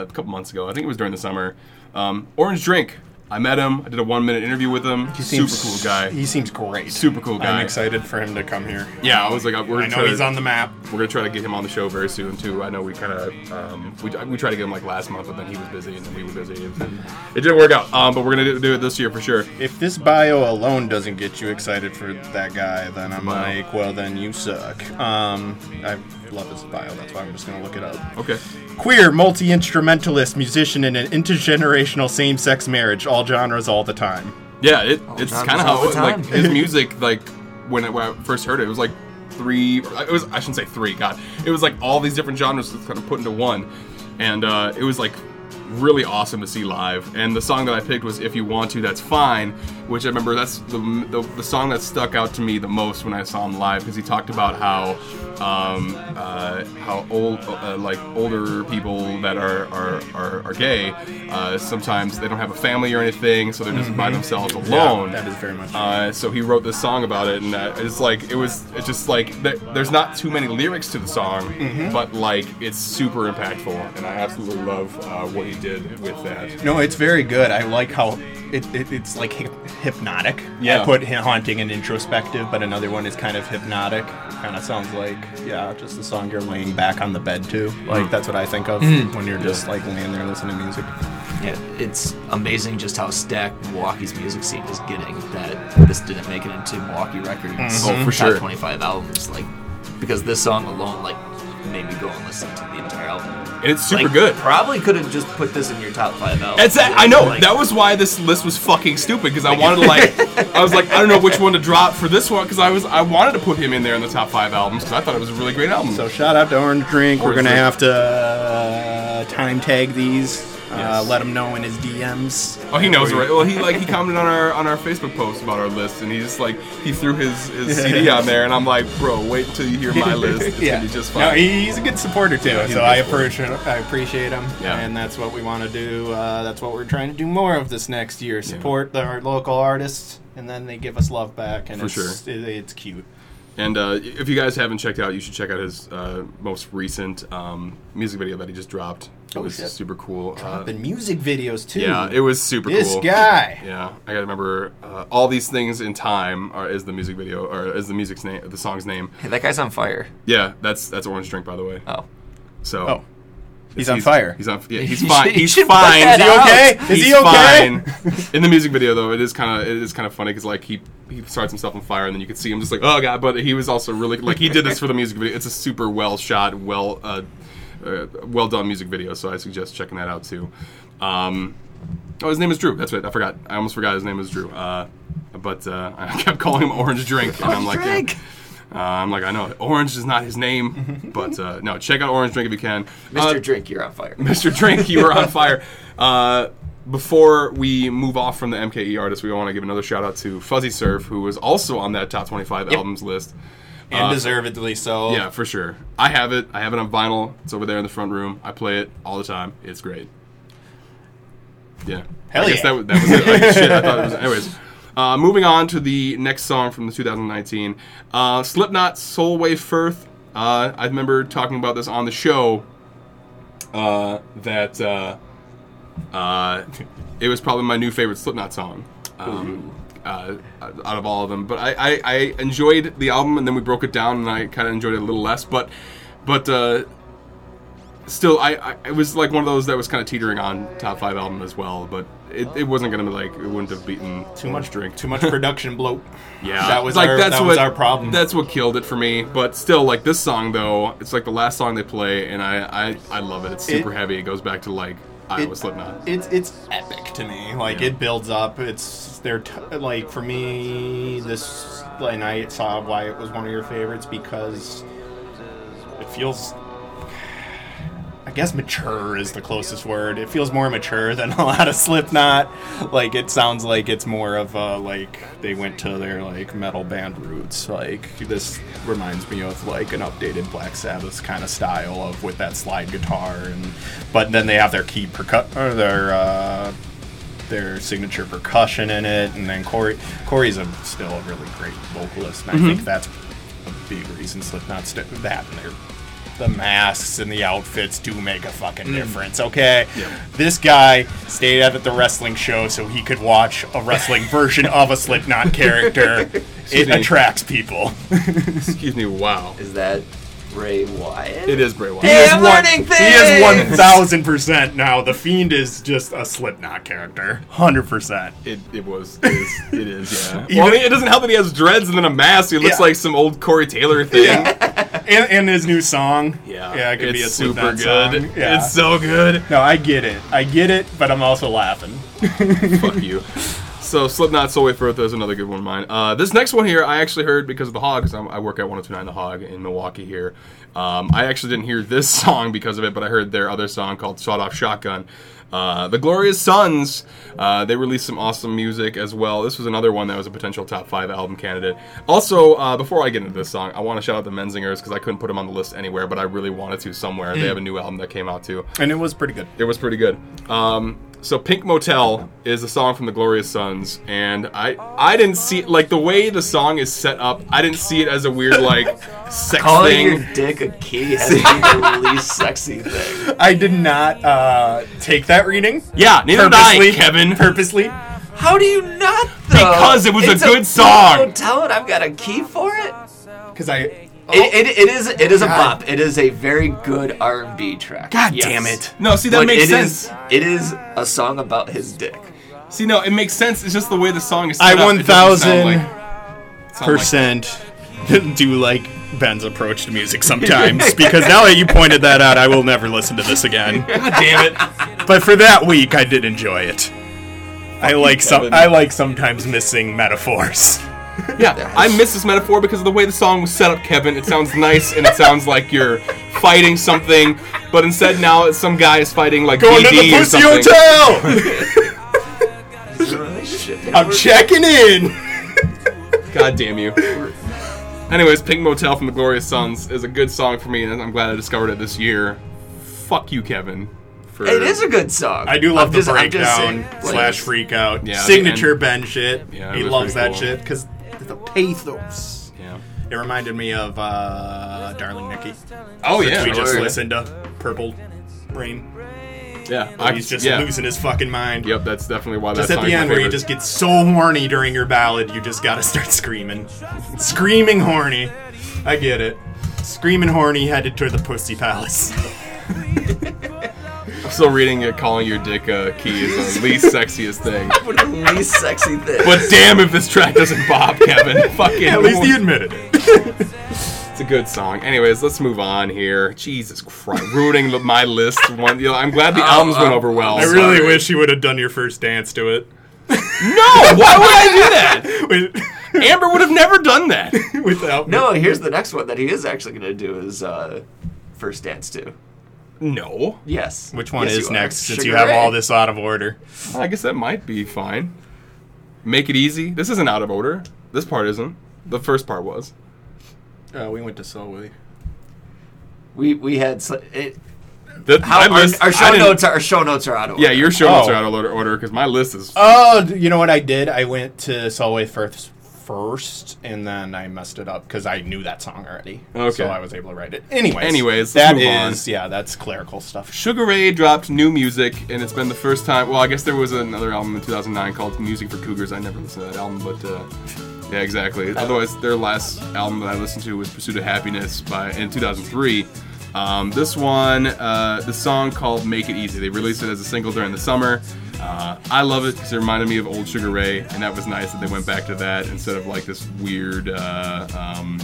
a couple months ago. I think it was during the summer. Um, Orange Drink. I met him. I did a one minute interview with him. Super cool guy. He seems great. Super cool guy. I'm excited for him to come here. Yeah, I was like, uh, we're I gonna know try he's to- on the map. We're gonna try to get him on the show very soon too. I know we kind of um, we we tried to get him like last month, but then he was busy and then we were busy. And then it didn't work out. Um, but we're gonna do, do it this year for sure. If this bio alone doesn't get you excited for that guy, then I'm Wow. like, well, then you suck. Um, I love his bio. That's why I'm just gonna look it up. Okay. Queer, multi instrumentalist, musician in an intergenerational same sex marriage, all genres, all the time. Yeah, it, it's John kind of does all how it, the like Oh, time. his music like when, I- when I first heard it, it was like three. It was I shouldn't say three. God, it was like all these different genres kind of put into one, and uh, it was like really awesome to see live. And the song that I picked was "If You Want to, That's Fine," which I remember that's the the, the song that stuck out to me the most when I saw him live because he talked about how um, uh, how old uh, like older people that are are, are, are gay uh, sometimes they don't have a family or anything, so they're just by themselves alone. Mm-hmm. that is very much. Uh, so he wrote this song about it, and uh, it's like it was. It's just like th- there's not too many lyrics to the song, but like it's super impactful, and I absolutely love uh, what he did with that. No, it's very good. I like how it, it it's like hy- hypnotic. Yeah. I put hi- haunting and introspective, but another one is kind of hypnotic. Kind of sounds like yeah, just the song you're laying back on the bed to. Like that's what I think of when you're just like laying there listening to music. Yeah, it's amazing just how stacked Milwaukee's music scene is getting that this didn't make it into Milwaukee Records Oh, for top sure. 25 albums like because this song alone like made me go and listen to the entire album. and it's super Like, good. Probably could have just put this in your top five albums. It's that, I know Like, that was why this list was fucking stupid because I wanted to like I was like I don't know which one to drop for this one because I was I wanted to put him in there in the top five albums because I thought it was a really great album. So shout out to Orange Drink. We're Orange gonna Drink. have to uh, time tag these. Uh, Yes. let him know in his DMs. Oh, he knows, right? Well, he like he commented on our on our Facebook post about our list, and he just like he threw his, his CD on there, and I'm like, bro, wait until you hear my list. It's yeah. gonna be just fine. no, he- he's a good supporter too. he's so a good I appreciate I appreciate him, Yeah. and that's what we want to do. Uh, that's what we're trying to do more of this next year. Support the, our local artists, and then they give us love back, and For it's, sure. it- it's cute. And uh, if you guys haven't checked out, you should check out his uh, most recent um, music video that he just dropped. It Oh, was shit. super cool. Uh, The music videos too. yeah, it was super this cool. guy. Yeah, I gotta remember uh, all these things in time are, is the music video or is the music's name, the song's name. Hey, that guy's on fire. Yeah, that's that's Orange Drink by the way. Oh. So Oh, he's on fire. He's on. Yeah, he's You fine. should- you He's should put fine. that out. Is he okay? fine. In the music video, though, it is kind of it is kind of funny because like he he starts himself on fire, and then you can see him just like oh god. But he was also really like he did this for the music video. It's a super well shot, well uh, uh, well done music video. So I suggest checking that out too. Um, oh, his name is Drew. That's right. I forgot. I almost forgot his name is Drew. Uh, but uh, I kept calling him Orange Drink, and I'm like. yeah. Drink. Uh, I'm like, I know it. Orange is not his name, but uh, no, check out Orange Drink if you can. Mr. Uh, Drink, you're on fire. Mr. Drink, you were on fire. Uh, before we move off from the MKE artist, we want to give another shout out to Fuzzy Surf, who was also on that top 25 albums list. and Uh, deservedly so. Yeah, for sure. I have it. I have it on vinyl. It's over there in the front room. I play it all the time. It's great. Yeah. Hell I guess yeah. that, wa- that was it. Like, shit, I thought it was. Anyways. Uh, moving on to the next song from the 2019, uh, Slipknot, Soulway Firth. Uh, I remember talking about this on the show uh, that uh, uh, it was probably my new favorite Slipknot song um, uh, out of all of them. But I, I, I enjoyed the album, and then we broke it down, and I kind of enjoyed it a little less. But but uh, still, I, I it was like one of those that was kind of teetering on top five album as well. But it, it wasn't gonna be like it wouldn't have beaten Too much drink. Too much production bloat. Yeah, That was our- that was our problem. That's what killed it for me. But still, like this song though, it's like the last song they play, and I I, I love it. It's super It- heavy. It goes back to like Iowa Slipknot. It's it's epic to me. Like Yeah. it builds up. It's they're t- like for me this and I saw why it was one of your favorites because it feels. I guess mature is the closest word. It feels more mature than a lot of Slipknot. Like it sounds like it's more of a, like they went to their like metal band roots. Like this reminds me of like an updated Black Sabbath kind of style of with that slide guitar and but then they have their key percu- or their uh, their signature percussion in it, and then Corey Corey's a, still a really great vocalist, and I think that's a big reason Slipknot st- that and their the masks and the outfits do make a fucking difference. Okay, this guy stayed up at the wrestling show so he could watch a wrestling version of a Slipknot character. Excuse it me. attracts people. Excuse me. Wow. Is that Ray Wyatt? It is Bray Wyatt. Hey, is I'm one- learning He is things! one thousand percent now. The fiend is just a Slipknot character, hundred percent. It, it was. It is. It is yeah. Even- well, I mean, it doesn't help that he has dreads and then a mask. He looks Yeah. like some old Corey Taylor thing. and, and his new song. yeah, it could it's be a super Slipknot good. song. Yeah. It's so good. no, I get it. I get it, but I'm also laughing. Fuck you. So Slipknot, Soulway Firth is another good one of mine. Uh, this next one here, I actually heard because of the Hog, because I work at 102.9 The Hog in Milwaukee here. Um, I actually didn't hear this song because of it, but I heard their other song called "Sawed Off Shotgun." Uh, the Glorious Sons, uh, they released some awesome music as well. This was another one that was a potential top five album candidate. Also, uh, before I get into this song, I want to shout out the Menzingers because I couldn't put them on the list anywhere, but I really wanted to somewhere. They have a new album that came out too. And it was pretty good. It was pretty good. Um, so Pink Motel is a song from the Glorious Sons, and I I didn't see like the way the song is set up. I didn't see it as a weird like sex Calling thing. your dick a key has to be the least sexy thing. I did not uh, take that reading. Yeah, neither did I, purposely, Kevin. Purposely. How do you not though? Because it was a It's good song. Hotel and I've got a key for it. Because I. oh. It, it, it is it is a bop. It is a very good R and B track. God Yes. damn it. No, see that But makes it is- sense. it is a song about his dick. See, no, it makes sense. It's just the way the song is set I up. It doesn't sound like- sound like- 1000% do like Ben's approach to music sometimes because now that you pointed that out, I will never listen to this again. God damn it. But for that week, I did enjoy it. I like some. Kevin. I like sometimes missing metaphors. Yeah, I miss this metaphor because of the way the song was set up, Kevin. It sounds nice and it sounds like you're fighting something, but instead now it's some guy is fighting like Going to DD the or pussy something. hotel. Relationship. I'm checking in. God damn you. Anyways, Pink Motel from the Glorious Sons is a good song for me, and I'm glad I discovered it this year. Fuck you, Kevin. For It is a good song. I do love I'm the just- I'm just breakdown saying, like, slash freak out Yeah, signature and- Ben shit. Yeah, he it was loves pretty that cool. shit because the pathos. Yeah. It reminded me of uh, Darling Nikki. Oh which yeah. we just Word. listened to Purple Rain. yeah. where He's just yeah. losing his fucking mind. Yep, that's definitely why Just that at song's the end my where you favorite. just get so horny during your ballad, you just gotta start screaming. screaming horny. I get it. Screaming horny headed toward the pussy palace. I'm still reading it. Calling your dick a key is the least sexiest thing. One of the least sexy things. But damn, if this track doesn't bop, Kevin. Fucking. At least he admitted it. It's a good song. Anyways, let's move on here. Jesus Christ, ruining the- my list. One, you know, I'm glad the albums went over well. Oh, I really wish he would have done your first dance to it. no, why would I do that? With- Amber would have never done that. Without me. no, here's the next one that he is actually going to do is uh, First Dance 2. No, Yes. Which one Yes, is you are. next since you Sugar have Ray. all this out of order? I guess that might be fine. Make it easy. This isn't out of order. This part isn't. The first part was. Uh, we went to Soul Willie. We, we had. sl- It, The, how, my our, list- our I show didn't- notes are, our show notes are out of order. Yeah, your show notes Oh. are out of order- order because my list is. Oh, d- you know what I did? I went to Solway first, first, and then I messed it up because I knew that song already. Okay. so I was able to write it. Anyways, Anyways, let's that move on. is yeah, that's clerical stuff. Sugar Ray dropped new music, and it's been the first time. Well, I guess there was another album in 2009 called Music for Cougars. I never listened to that album, but uh, yeah, exactly. Otherwise, their last album that I listened to was Pursuit of Happiness by in 2003. Um, this one, uh, the song called Make It Easy. They released it as a single during the summer. Uh, I love it because it reminded me of old Sugar Ray, and that was nice that they went back to that instead of like this weird. Uh, um,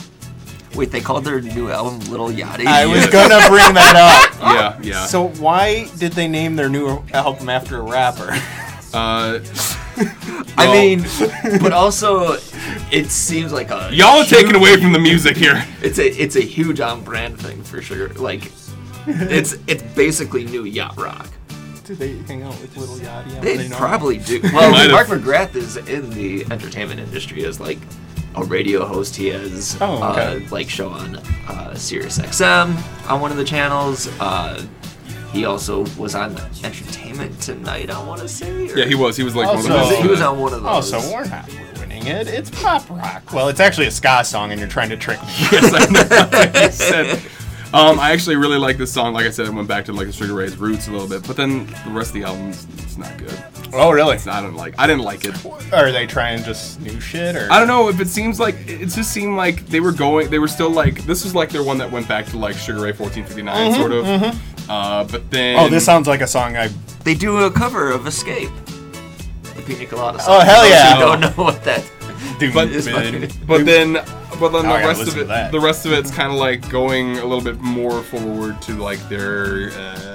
Wait, they called their new album Little Yachty? I was Yes. gonna bring that up. yeah, yeah. So why did they name their new album after a rapper? uh, I well- mean, but also, it seems like a. y'all are huge- taking away from the music here. It's a it's a huge on brand thing for sure. Like, it's it's basically new yacht rock. Did they hang out with Little Yachty? They, They know. probably do. Well, Might Mark have. McGrath is in the entertainment industry as like a radio host. He has Oh, okay. uh, like show on uh, Sirius XM on one of the channels. Uh, he also was on Entertainment Tonight. I want to say. or- Yeah, he was. He was like Also- one of those. he was on one of Oh, those. so we're not winning it. It's pop rock. Well, it's actually a ska song, and you're trying to trick me. yes, I know. That's what you said. Um, I actually really like this song. Like I said, I went back to like the Sugar Ray's roots a little bit, but then the rest of the album's it's not good. oh, really? It's not, I don't like. I didn't like it. Are they trying just new shit or? I don't know if it seems like it just seemed like they were going. They were still like this was like their one that went back to like Sugar Ray 1459 sort of. Uh, but then Mm-hmm, Oh, this sounds like a song I They do a cover of Escape. The Pina Colada song. Oh, hell Those who yeah. don't know what that. do. But- It's fucking- But then, but then Now I the gotta rest of listen to it, that. the rest of it's kind of like going a little bit more forward to like their, uh,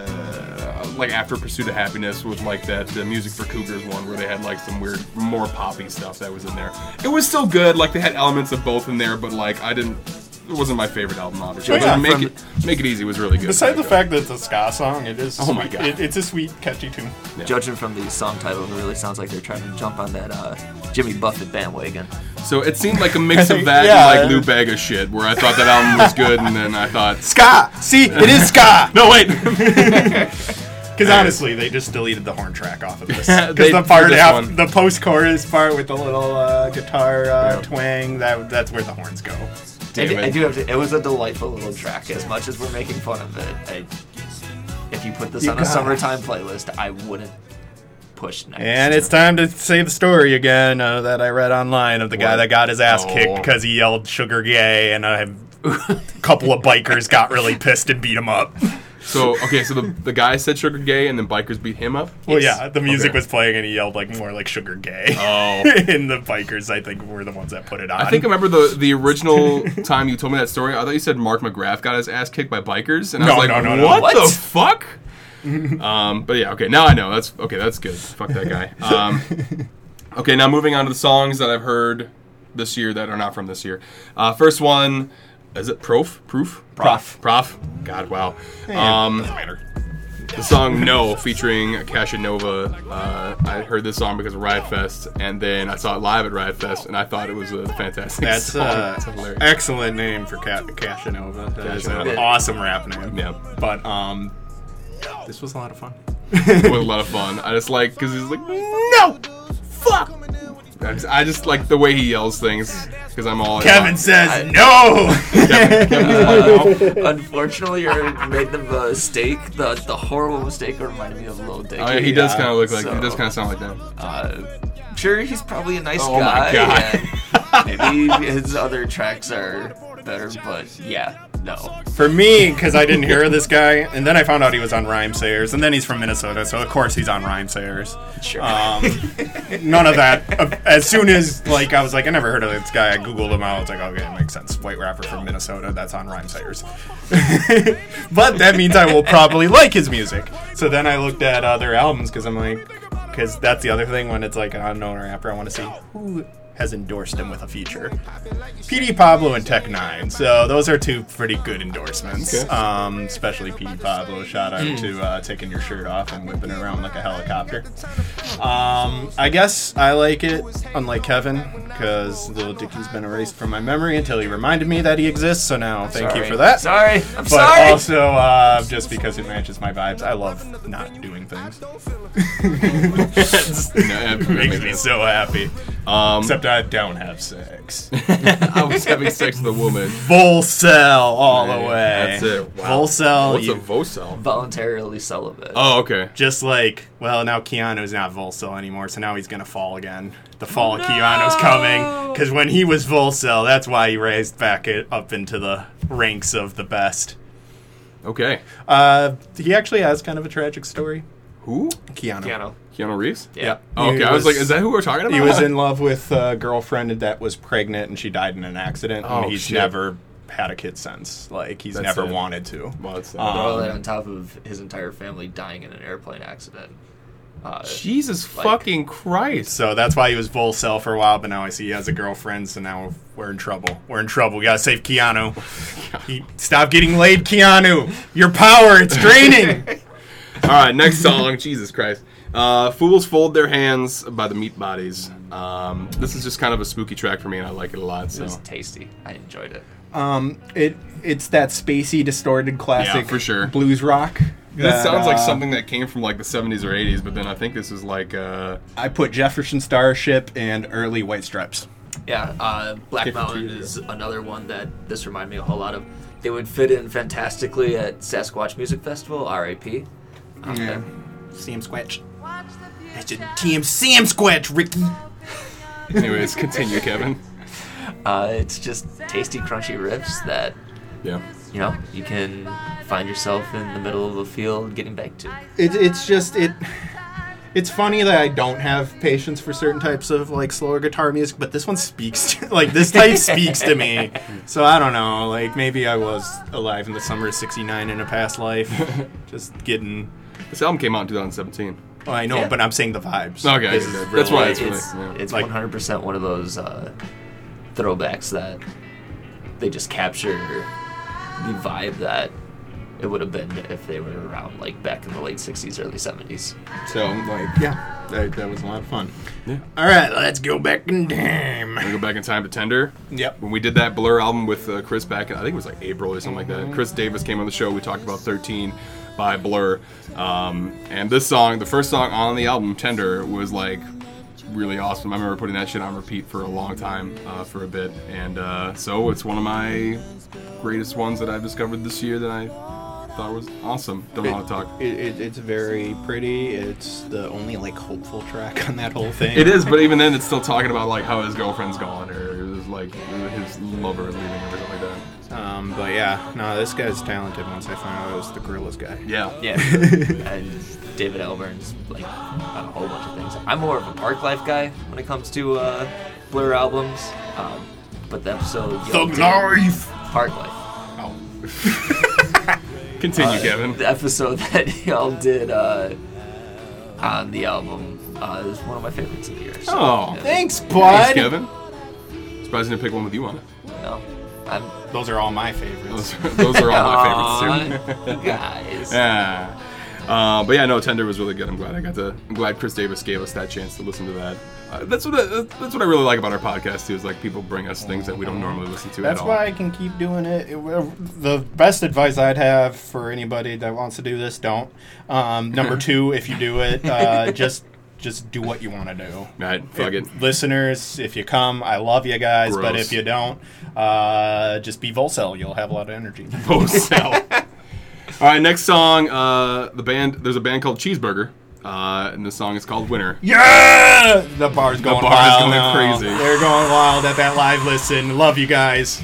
like after Pursuit of Happiness with like that the music for Cougars one where they had like some weird more poppy stuff that was in there. It was still good. Like they had elements of both in there, but like I didn't. It wasn't my favorite album, obviously. Sure, yeah, but make from- it make it easy was really good. Besides the fact that it's a ska song, it is. Oh my sweet- God. it- it's a sweet, catchy tune. Judging from the song title, it really sounds like they're trying to jump on that uh, Jimmy Buffett bandwagon. so it seemed like a mix of that Yeah. and like Lou Bega shit, where I thought that album was good, and then I thought, Ska. See, it is ska. no wait, Because honestly, they just deleted the horn track off of this. They Because the did part this af- one. the post-chorus part with the little uh, guitar uh, Yeah. twang, that that's where the horns go. I, do- Damn it. I do have to. It was a delightful little track. As much as we're making fun of it, I, if you put this You on a got it. summertime playlist, I wouldn't push next. And it's time to say the story again uh, that I read online of the guy What? that got his ass Oh. kicked because he yelled "sugar gay" and a couple of bikers got really pissed and beat him up. So okay, so the, the guy said sugar gay, and then bikers beat him up. Well, yeah, the music Okay. was playing and he yelled like more like sugar gay. Oh. and the bikers, I think, were the ones that put it on. I think I remember the the original time you told me that story. I thought you said Mark McGrath got his ass kicked by bikers, and I No, was like, no, no, no. what, the What? fuck? um, but yeah, okay, now I know. That's okay. That's good. Fuck that guy. Um, okay, now moving on to the songs that I've heard this year that are not from this year. Uh, first one is it Prof? Proof? Prof. Prof. God, wow. Um, the song No featuring Cash and Nova. Uh, I heard this song because of Riot Fest, and then I saw it live at Riot Fest, and I thought it was a fantastic that's song. uh, It's hilarious. excellent name for Ca Cashanova. That is an Cashanova. awesome rap name. Yeah, But um, this was a lot of fun. it was a lot of fun. I just like because he's like, no, fuck. I just, I just like the way he yells things because I'm all uh, Kevin says I- no. Kevin, Kevin's like, "No." Unfortunately, you made the mistake, the, the horrible mistake, that reminded me of Lil Dicky. Oh, yeah, he does kind of look like he does So- kind of sound like that. Uh, sure, he's probably a nice Oh my guy. God. and maybe his other tracks are better, but yeah, no. for me, because I didn't hear this guy, and then I found out he was on Rhyme Sayers, and then he's from Minnesota, so of course he's on Rhyme Sayers. Sure. Um, none of that. Uh, As soon as like I was like, I never heard of this guy. I googled him out. It's like, okay, it makes sense. White rapper from Minnesota. That's on Rhyme Sayers. but that means I will probably like his music. So then I looked at other albums because I'm like, because that's the other thing when it's like an unknown rapper, I want to see who has endorsed him with a feature. PD Pablo and Tech Nine. So those are two pretty good endorsements. Okay. Um, especially PD Pablo. Shout Hmm. out to uh, taking your shirt off and whipping it around like a helicopter. Um, I guess I like it, unlike Kevin, because Little Dicky's been erased from my memory until he reminded me that he exists. So now, thank sorry. you for that. Sorry, I'm But sorry. also, uh, just because it matches my vibes, I love not doing things. No, it Makes me so happy. Um, Except I don't have sex. I was having sex with a woman. Full cell all the Hey, way. That's it. Wow. Full cell. What's you- a vocel? voluntarily celibate. Oh, okay. just like well now keanu's not volcel anymore so now he's gonna fall again the fall of keanu's coming because when he was volcel that's why he raised back it up into the ranks of the best Okay. uh, he actually has kind of a tragic story Who? keanu, Keanu. Keanu Reeves? Yeah. Oh, okay, He I was was- like, is that who we're talking about? he was in love with a girlfriend that was pregnant and she died in an accident Oh, and he's shit. never had a kid since like he's That's never it. wanted to Well, it's, uh, Um, Throw that on top of his entire family dying in an airplane accident. Uh, Jesus like- fucking Christ. So that's why he was bull cell for a while, but now I see he has a girlfriend, so now we're in trouble. We're in trouble. We gotta save Keanu. He, stop getting laid, Keanu. Your power, it's draining. All right, next song. Jesus Christ. Uh, Fools Fold Their Hands by the Meat Bodies. Um, this is just kind of a spooky track for me, and I like it a lot. it So was tasty. I enjoyed it. um, it it's that spacey, distorted classic Yeah, for sure. blues rock. this that, sounds like uh, something that came from like the 70s or 80s, but then I think this is like uh, I put Jefferson Starship and early White Stripes. Yeah, uh, Black Different Mountain tier, is another one that this reminded me a whole lot of. They would fit in fantastically at Sasquatch Music Festival, RAP. Um, Yeah. Sam Squatch. That's a TM Sam Squatch, Ricky. anyways. continue, Kevin. Uh, it's just tasty, crunchy riffs that, Yeah. you know, you can find yourself in the middle of a field getting back to. it, it's just it it's funny that i don't have patience for certain types of like slower guitar music but this one speaks to, like this type speaks to me so i don't know like maybe i was alive in the summer of 69 in a past life just getting This album came out in 2017. oh, i know Yeah. but i'm saying the vibes Okay, This is that's really- why it's it's it's, really- yeah. Like- 100% one of those uh, throwbacks that they just capture the vibe that it would have been if they were around like back in the late 60s, early 70s. so like yeah that, that was a lot of fun Yeah. all right let's go back in time We go back in time to Tender. yep when we did that Blur album with uh, Chris back in, I think it was like April or something like Mm-hmm. that. Chris Davis came on the show. We talked about 13 by Blur. Um, and this song, the first song on the album, Tender, was like really awesome. I remember putting that shit on repeat for a long time, uh, for a bit. And uh, so it's one of my greatest ones that I've discovered this year that I thought was awesome. Don't know how to talk. it, it, it's very pretty it's the only like hopeful track on that whole thing It is, but even then, it's still talking about like how his girlfriend's gone or it was, like his lover is leaving or something like that. Um, but yeah, no, this guy's talented. Once I found out it was the Gorillas guy. Yeah. Yeah. and David Elburn's like on a whole bunch of things. I'm more of a park life guy when it comes to uh, Blur albums. Um, but the episode Yo, Thug Dave, Life! Park Life. Continue, Uh, Kevin. The episode that y'all did uh, on the album uh, is one of my favorites of the year. So, Oh, yeah. Thanks, Thanks, bud. Kevin. Surprised I didn't pick one with you on it. No, I'm Those are all my favorites. Those, those are all my favorites too. Aw, you guys. Yeah. Uh, but yeah, no, Tender was really good. I'm glad I got to. I'm glad Chris Davis gave us that chance to listen to that. Uh, that's what I, that's what I really like about our podcast too. Is like people bring us things that we don't normally listen to That's at all. why I can keep doing it. It will- The best advice I'd have for anybody that wants to do this, don't. Um, number two, if you do it, uh, just just do what you want to do. Right, fuck it. Listeners, if you come, I love you guys. But Gross. if you don't, uh, just be Volcel. You'll have a lot of energy. Posel. all right, next song. Uh, the band. There's a band called Cheeseburger, uh, and the song is called Winner. Yeah, the bar's going bar is wild. going now. crazy. They're going wild at that live listen. Love you guys.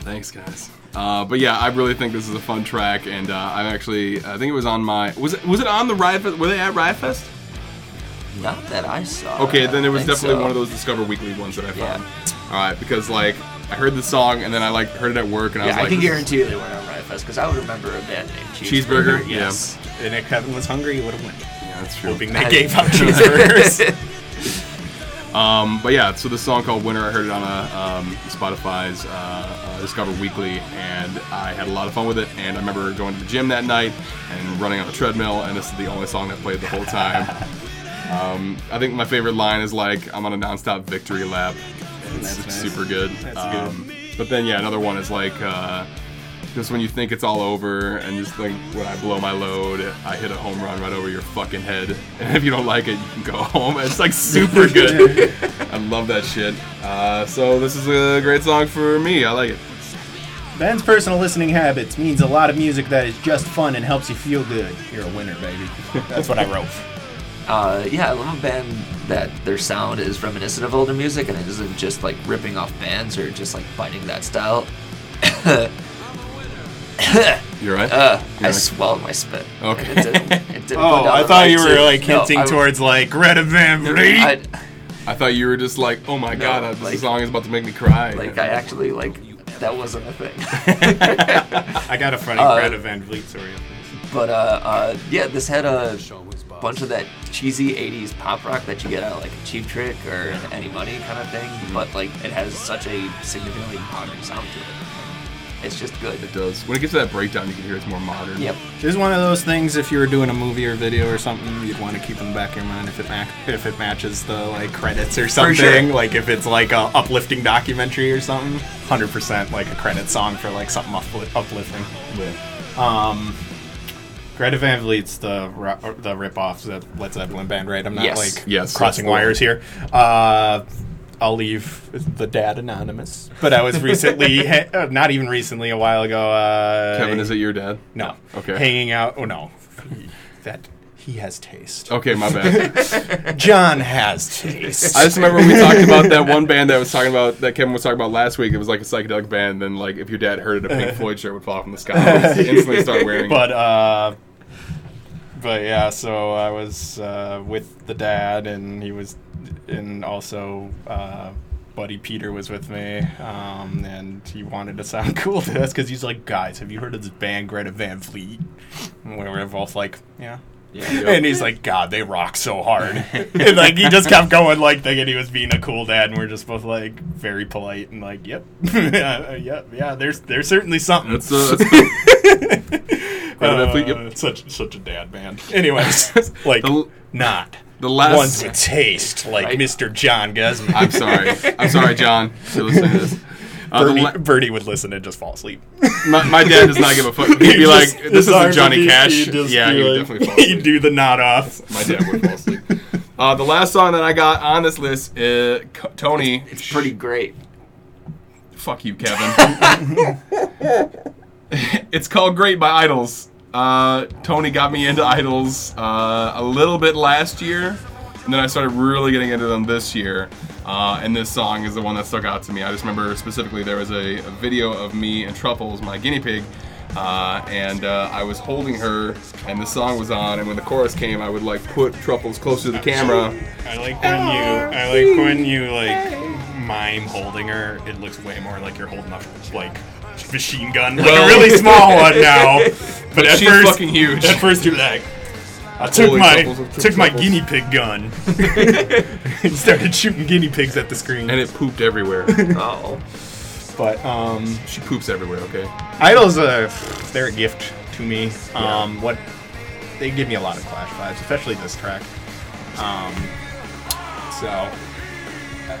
Thanks, guys. Uh, but yeah, I really think this is a fun track, and uh, I actually I think it was on my was it was it on the Riot Fest? Were they at Riot Fest? Not that I saw. Okay, then it it was definitely one of those Discover Weekly ones that I Yeah. found. All right, because like I heard the song and then I like heard it at work and I Yeah, was like, I can this guarantee you they weren't on Riot Fest because I would remember a band named Cheeseburger, Cheeseburger. yeah. Yes. And if Kevin was hungry, he would have won. is- yeah, that's true. Hoping they I- gave up cheeseburgers. Um, but yeah, so this song called Winter, I heard it on a um, Spotify's uh, uh, Discover Weekly, and I had a lot of fun with it. And I remember going to the gym that night and running on the treadmill, and this is the only song that played the whole time. um, I think my favorite line is like, "I'm on a nonstop victory lap." It's, it's super good. good. Um, But then yeah, another one is like. Uh, just when you think it's all over, and just like when I blow my load, I hit a home run right over your fucking head. And if you don't like it, you can go home. It's like super good. I love that shit. Uh, so this is a great song for me. I like it. Ben's personal listening habits means a lot of music that is just fun and helps you feel good. You're a winner, baby. That's what I wrote. Uh, yeah, I love a band that their sound is reminiscent of older music and it isn't just like ripping off bands or just like biting that style. You're right. Uh, You're I right. swallowed my spit. Okay. It didn't, it didn't go Oh, down I the thought right you were tube. like No, hinting I- towards like Greta Van Fleet. I, I thought you were just like, oh my god, uh, this like- song is about to make me cry. like I actually like that wasn't a thing. I got a funny Uh, Greta Van Fleet story. But uh, uh, yeah, this had a bunch of that cheesy '80s pop rock that you get out of like a Cheap Trick or an Any Money kind of thing. But like, it has such a significantly modern sound to it. It's just good. it does. When it gets to that breakdown, you can hear it's more modern. Yep. This is one of those things. If you were doing a movie or video or something, you'd want to keep in the back of your mind if it ma- if it matches the like credits or For something. sure. Like if it's like a uplifting documentary or something, hundred percent like a credit song for like something upli- uplifting. Um, Greta Van Vliet's the ro- the ripoff that Led Zeppelin band, right? I'm not Yes. like Yes, that's the crossing one. wires here. Uh, I'll leave the dad anonymous. But I was recently, he- uh, not even recently, a while ago. Uh, Kevin, is it your dad? No. Okay. Hanging out. Oh no, He- that he has taste. Okay, my bad. John has taste. I just remember we talked about that one band that was talking about that Kevin was talking about last week. It was like a psychedelic band. And then like if your dad heard it, a Pink Floyd shirt would fall from the sky. and he'd instantly start wearing. it. but uh but yeah so i was uh with the dad and he was and also uh buddy peter was with me um and he wanted to sound cool to us because he's like guys have you heard of this band greta van fleet and we were both like yeah Yep. and he's like, God, they rock so hard. and like he just kept going, like thinking he was being a cool dad, and we're just both like very polite and like, yep, yeah, uh, yep, yeah. There's there's certainly something. that's, uh, that's Greta Van Uh, Fleet, yep. Such such a dad band. Anyways, like The l- not the last. ones with taste like Right. Mr. John Guzman. I'm sorry. I'm sorry, John. If you're listening to this. Uh, the Bernie, la- Bernie would listen and just fall asleep. my, my dad does not give a fuck. He'd be He'd like, just- his "This isn't arms would Johnny be- Cash." he'd just Yeah, be he would like- definitely fall He'd asleep. do the nod off. My dad would fall asleep. Uh, the last song that I got on this list, uh, Co- Tony. It's pretty great. Fuck you, Kevin. it's called Great by Idols. Uh, Tony got me into Idols uh, a little bit last year. And then I started really getting into them this year. Uh, and this song is the one that stuck out to me. I just remember specifically there was a, a video of me and Truffles, my guinea pig. Uh, and uh, I was holding her, and the song was on. And when the chorus came, I would like put Truffles closer to the camera. I like when you. I like when you like mime holding her. It looks way more like you're holding up like machine gun, like Well- a really small one now. But, at she's first, fucking huge. At first, you're like, I took Holy my troubles of true took my troubles. guinea pig gun and started shooting guinea pigs at the screen. And it pooped everywhere. Oh. but um, she poops everywhere, okay? idols, uh, they're a gift to me. Um, what they give me a lot of Clash vibes, especially this track. Um, so,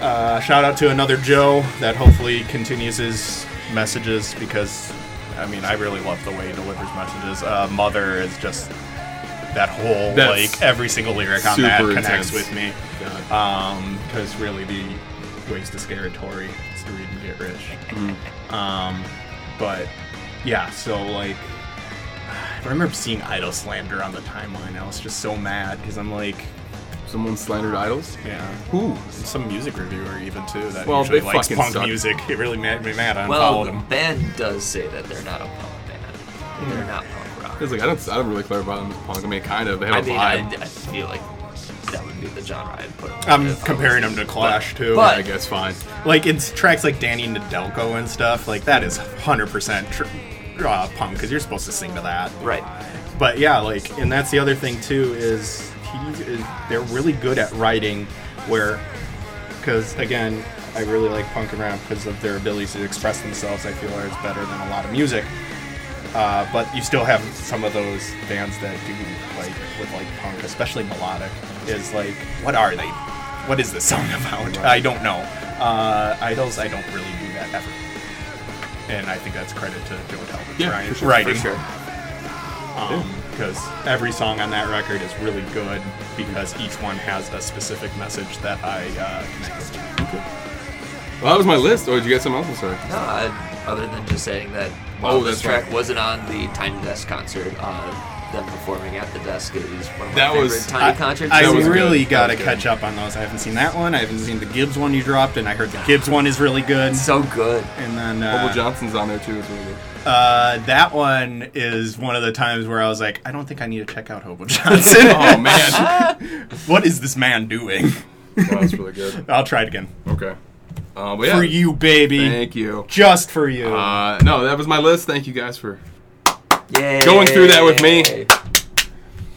uh, shout out to another Joe that hopefully continues his messages because, I mean, I really love the way he delivers messages. Uh, Mother is just that whole That's like every single lyric on that super connects intense. with me. Um, because really the ways to scare a Tory is to read and get rich. Mm. Um, but yeah, so like I remember seeing Idol Slander on the timeline. I was just so mad because I'm like, Someone slandered idols? yeah, Who? some music reviewer even too that Well, usually they likes fucking punk suck. music. It really made me mad. I Well, unfollowed the him. band does say that they're not a punk band. They're not punk rock. It's like I don't, I don't really clarify them as punk. I mean, kind of. They I have a mean, I, vibe. I feel like that would be the genre I'd put. 'em Um, in I'm if I comparing was- them to Clash too. but- I guess fine. like it's tracks like Danny Nadelko and stuff. Like that is 100% tr- uh, punk because you're supposed to sing to that. Right. But yeah, like, and that's the other thing too is, he, is they're really good at writing where, because again, I really like punk and rap because of their abilities to express themselves. I feel are it's better than a lot of music. Uh, but you still have some of those bands that do like with like punk, especially melodic, is like, what are they? What is this song about? I don't know. Uh, Idols, I don't really do that ever. And I think that's credit to Joe Talbot's Yeah, writing. for sure, for writing sure. because Um, every song on that record is really good because each one has a specific message that I uh, connect with. Well, that was my list. Or did you get something else? I'm sorry. No, I, other than just saying that while Oh, this that's track right. wasn't on the Tiny Desk concert, uh, them performing at the desk is one of my That favorite was- Tiny concerts. I, That was really good. gotta That was good. catch up on those. I haven't seen that one. I haven't seen the Gibbs one you dropped, and I heard the Gibbs one is really good. so good. And then Bubble uh, Johnson's on there too. It's really good. uh, that one is one of the times where I was like, I don't think I need to check out Hobo Johnson. Oh man, what is this man doing? that's really good. I'll try it again Okay. Uh, but yeah, for you, baby, Thank you. just for you. Uh, no, that was my list. Thank you guys for. Yay. Going through that with me.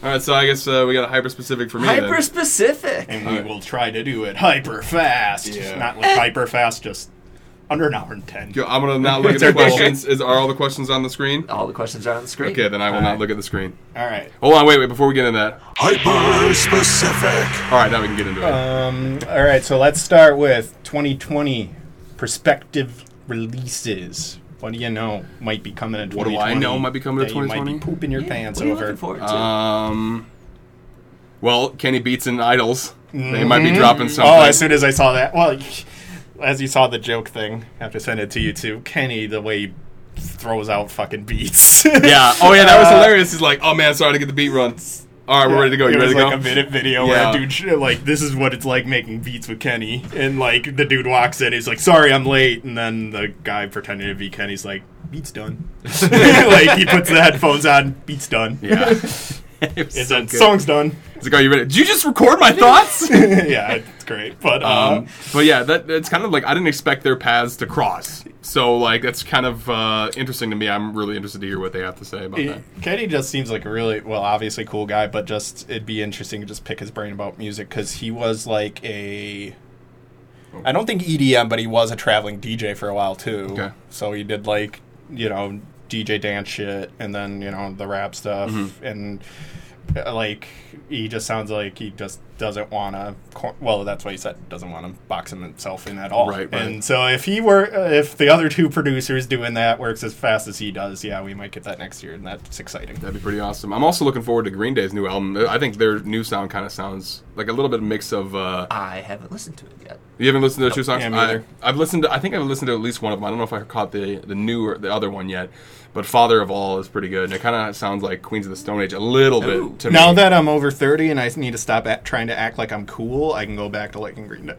All right, so I guess uh, we got a hyper specific for me. then. Hyper specific. and we will try to do it hyper fast. Yeah. Not like hyper fast, just under an hour and ten. Yo, I'm gonna not look at It's the our goal. questions. Is are all the questions on the screen? All the questions are on the screen. Okay, then I will not look at the screen. All right. Hold on, wait, wait. Before we get into that, Hyper specific. all right, now we can get into it. Um, all right. So let's start with 2020 prospective releases. What do you know might be coming in What 2020? do I know might be coming in that you might be 2020? pooping your Yeah, pants what are you over. looking forward to? Um, well, Kenny Beats and Idols. They might be dropping something. Oh, as soon as I saw that, well, as you saw the joke thing, I have to send it to you too, Kenny. The way he throws out fucking beats. yeah. Oh, yeah. That was Uh, hilarious. He's like, "Oh man, sorry to get the beat run. All right, we're ready to go. You it ready was to like go?" a minute video Yeah. where a dude sh- like this is what it's like making beats with Kenny, and like the dude walks in, he's like, "Sorry, I'm late," and then the guy pretending to be Kenny's like, "Beat's done." like he puts the headphones on, beat's done. yeah. It was It's so done. good. song's done. He's like, "Are you ready? Did you just record my thoughts?" yeah, it's great, but uh, Um, but yeah, that it's kind of like I didn't expect their paths to cross. So like that's kind of uh, interesting to me. I'm really interested to hear what they have to say about that. Kenny just seems like a really well, obviously cool guy, but just it'd be interesting to just pick his brain about music because he was like a. Oh. I don't think EDM, but he was a traveling DJ for a while too. Okay. So he did like you know DJ dance shit, and then you know the rap stuff, Mm-hmm. and uh, like he just sounds like he just doesn't want to. Cor- well, that's what he said. Doesn't want to box himself in at all. Right, right. And so if he were, uh, if the other two producers doing that works as fast as he does, yeah, we might get that next year, and that's exciting. That'd be pretty awesome. I'm also looking forward to Green Day's new album. I think their new sound kind of sounds like a little bit of mix of. Uh, I haven't listened to it yet. you haven't listened to the two songs. Yeah, me I, either. I've listened. To, I think I've listened to at least one of them. I don't know if I caught the the new or the other one yet. But Father of All is pretty good, and it kind of sounds like Queens of the Stone Age a little Ooh. bit to me. Now that I'm over 30 and I need to stop at trying trying to act like I'm cool, I can go back to liking Green Day.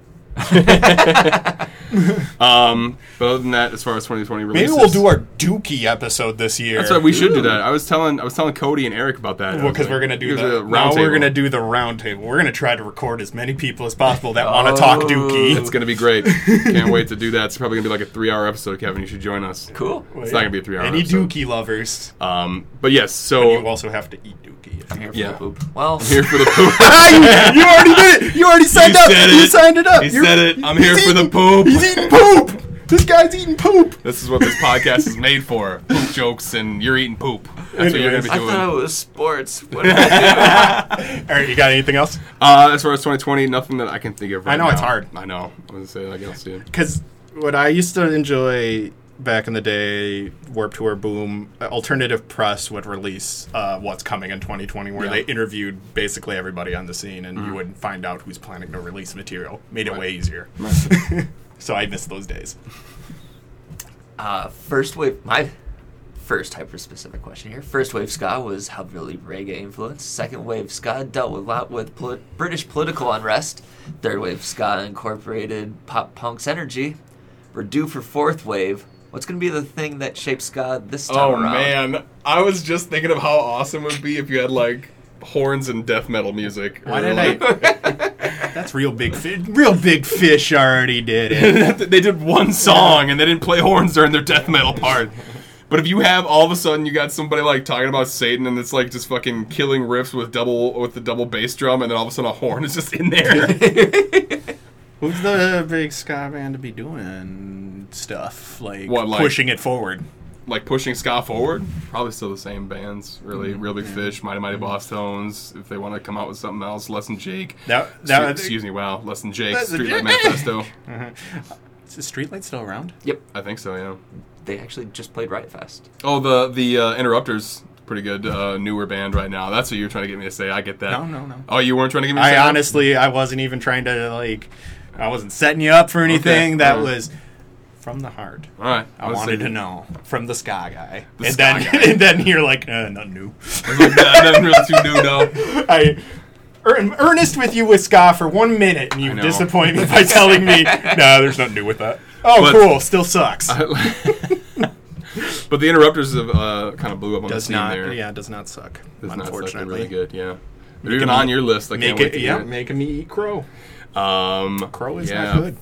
Um, but other than that, as far as 2020 Maybe releases, we'll do our Dookie episode this year. That's right. We should do that. I was telling I was telling Cody and Eric about that. I was because like, we're gonna do there's the a now round we're table. gonna do the round table. We're gonna try to record as many people as possible that want to talk Oh. It's Dookie. gonna be great. Can't wait to do that. It's probably gonna be like a three-hour episode. Kevin, you should join us. Cool. It's not gonna be a three-hour. Any episode. Dookie lovers, Um, but yes. you So also have to eat Dookie. Here for Yeah. the poop. Well, here for the poop. you already did it. You already signed You said it. it up. He You're- said it. I'm here he's for the eating- poop. eating poop. This guy's eating poop. This is what this podcast is made for: poop jokes and you're eating poop. That's what you're gonna be I thought doing. it was sports. What did I do? All right, you got anything else? Uh, as far as 2020, nothing that I can think of. Right I know it's now. hard. I know. I was gonna say like else, dude. because what I used to enjoy back in the day, Warp Tour boom, alternative press would release uh, what's coming in 2020, where Yeah. they interviewed basically everybody on the scene, and you would find out who's planning to release material. Made it way easier. so I miss those days. Uh, first wave. My first hyper specific question here. First wave ska was heavily reggae influenced. Second wave ska dealt with a lot with poli- British political unrest. Third wave ska incorporated pop punk's energy. We're due for fourth wave. What's going to be the thing that shapes ska this time Oh around? man, I was just thinking of how awesome it would be if you had like horns and death metal music. Why That's real big fish. Real big fish already did it. they did one song and they didn't play horns during their death metal part. But if you have all of a sudden you got somebody like talking about Satan and it's like just fucking killing riffs with double with the double bass drum and then all of a sudden a horn is just in there. Who's the big ska band to be doing stuff like, What, like- pushing it forward? like pushing ska forward. Probably still the same bands, really. Mm-hmm. Real Big Fish, Mighty Mighty Boss Tones. If they want to come out with something else, Less Than Jake. That that Stre- excuse me, wow, Less Than Jake, Less Than Streetlight Jake. Manifesto. is the streetlight still around? Yep, I think so, yeah. they actually just played Riot Fest. Oh, the the uh, Interrupters, pretty good uh, newer band right now. That's what you're trying to get me to say. I get that. No, no, no. Oh, you weren't trying to get me. To say I that? honestly, I wasn't even trying to like, I wasn't setting you up for anything. That alright. was from the heart. All right. I, Uh-huh. was wanted to thinking- know from the sky guy, The and ska then guy. and then you're like, uh, not new. Yeah, nothing really too new, no. I er, am earnest with you with ska for one minute, and you know. disappoint me by telling me, nah, there's nothing new with that. Oh, But- cool, still sucks. but the Interrupters have, uh, kind of blew up on the scene there. yeah, does not suck. Does not suck. They're unfortunately, really good. Yeah. They're even it- on your list. I can't Make wait it, to yeah, hear making me eat crow. it. Um, Crow is yeah, not good.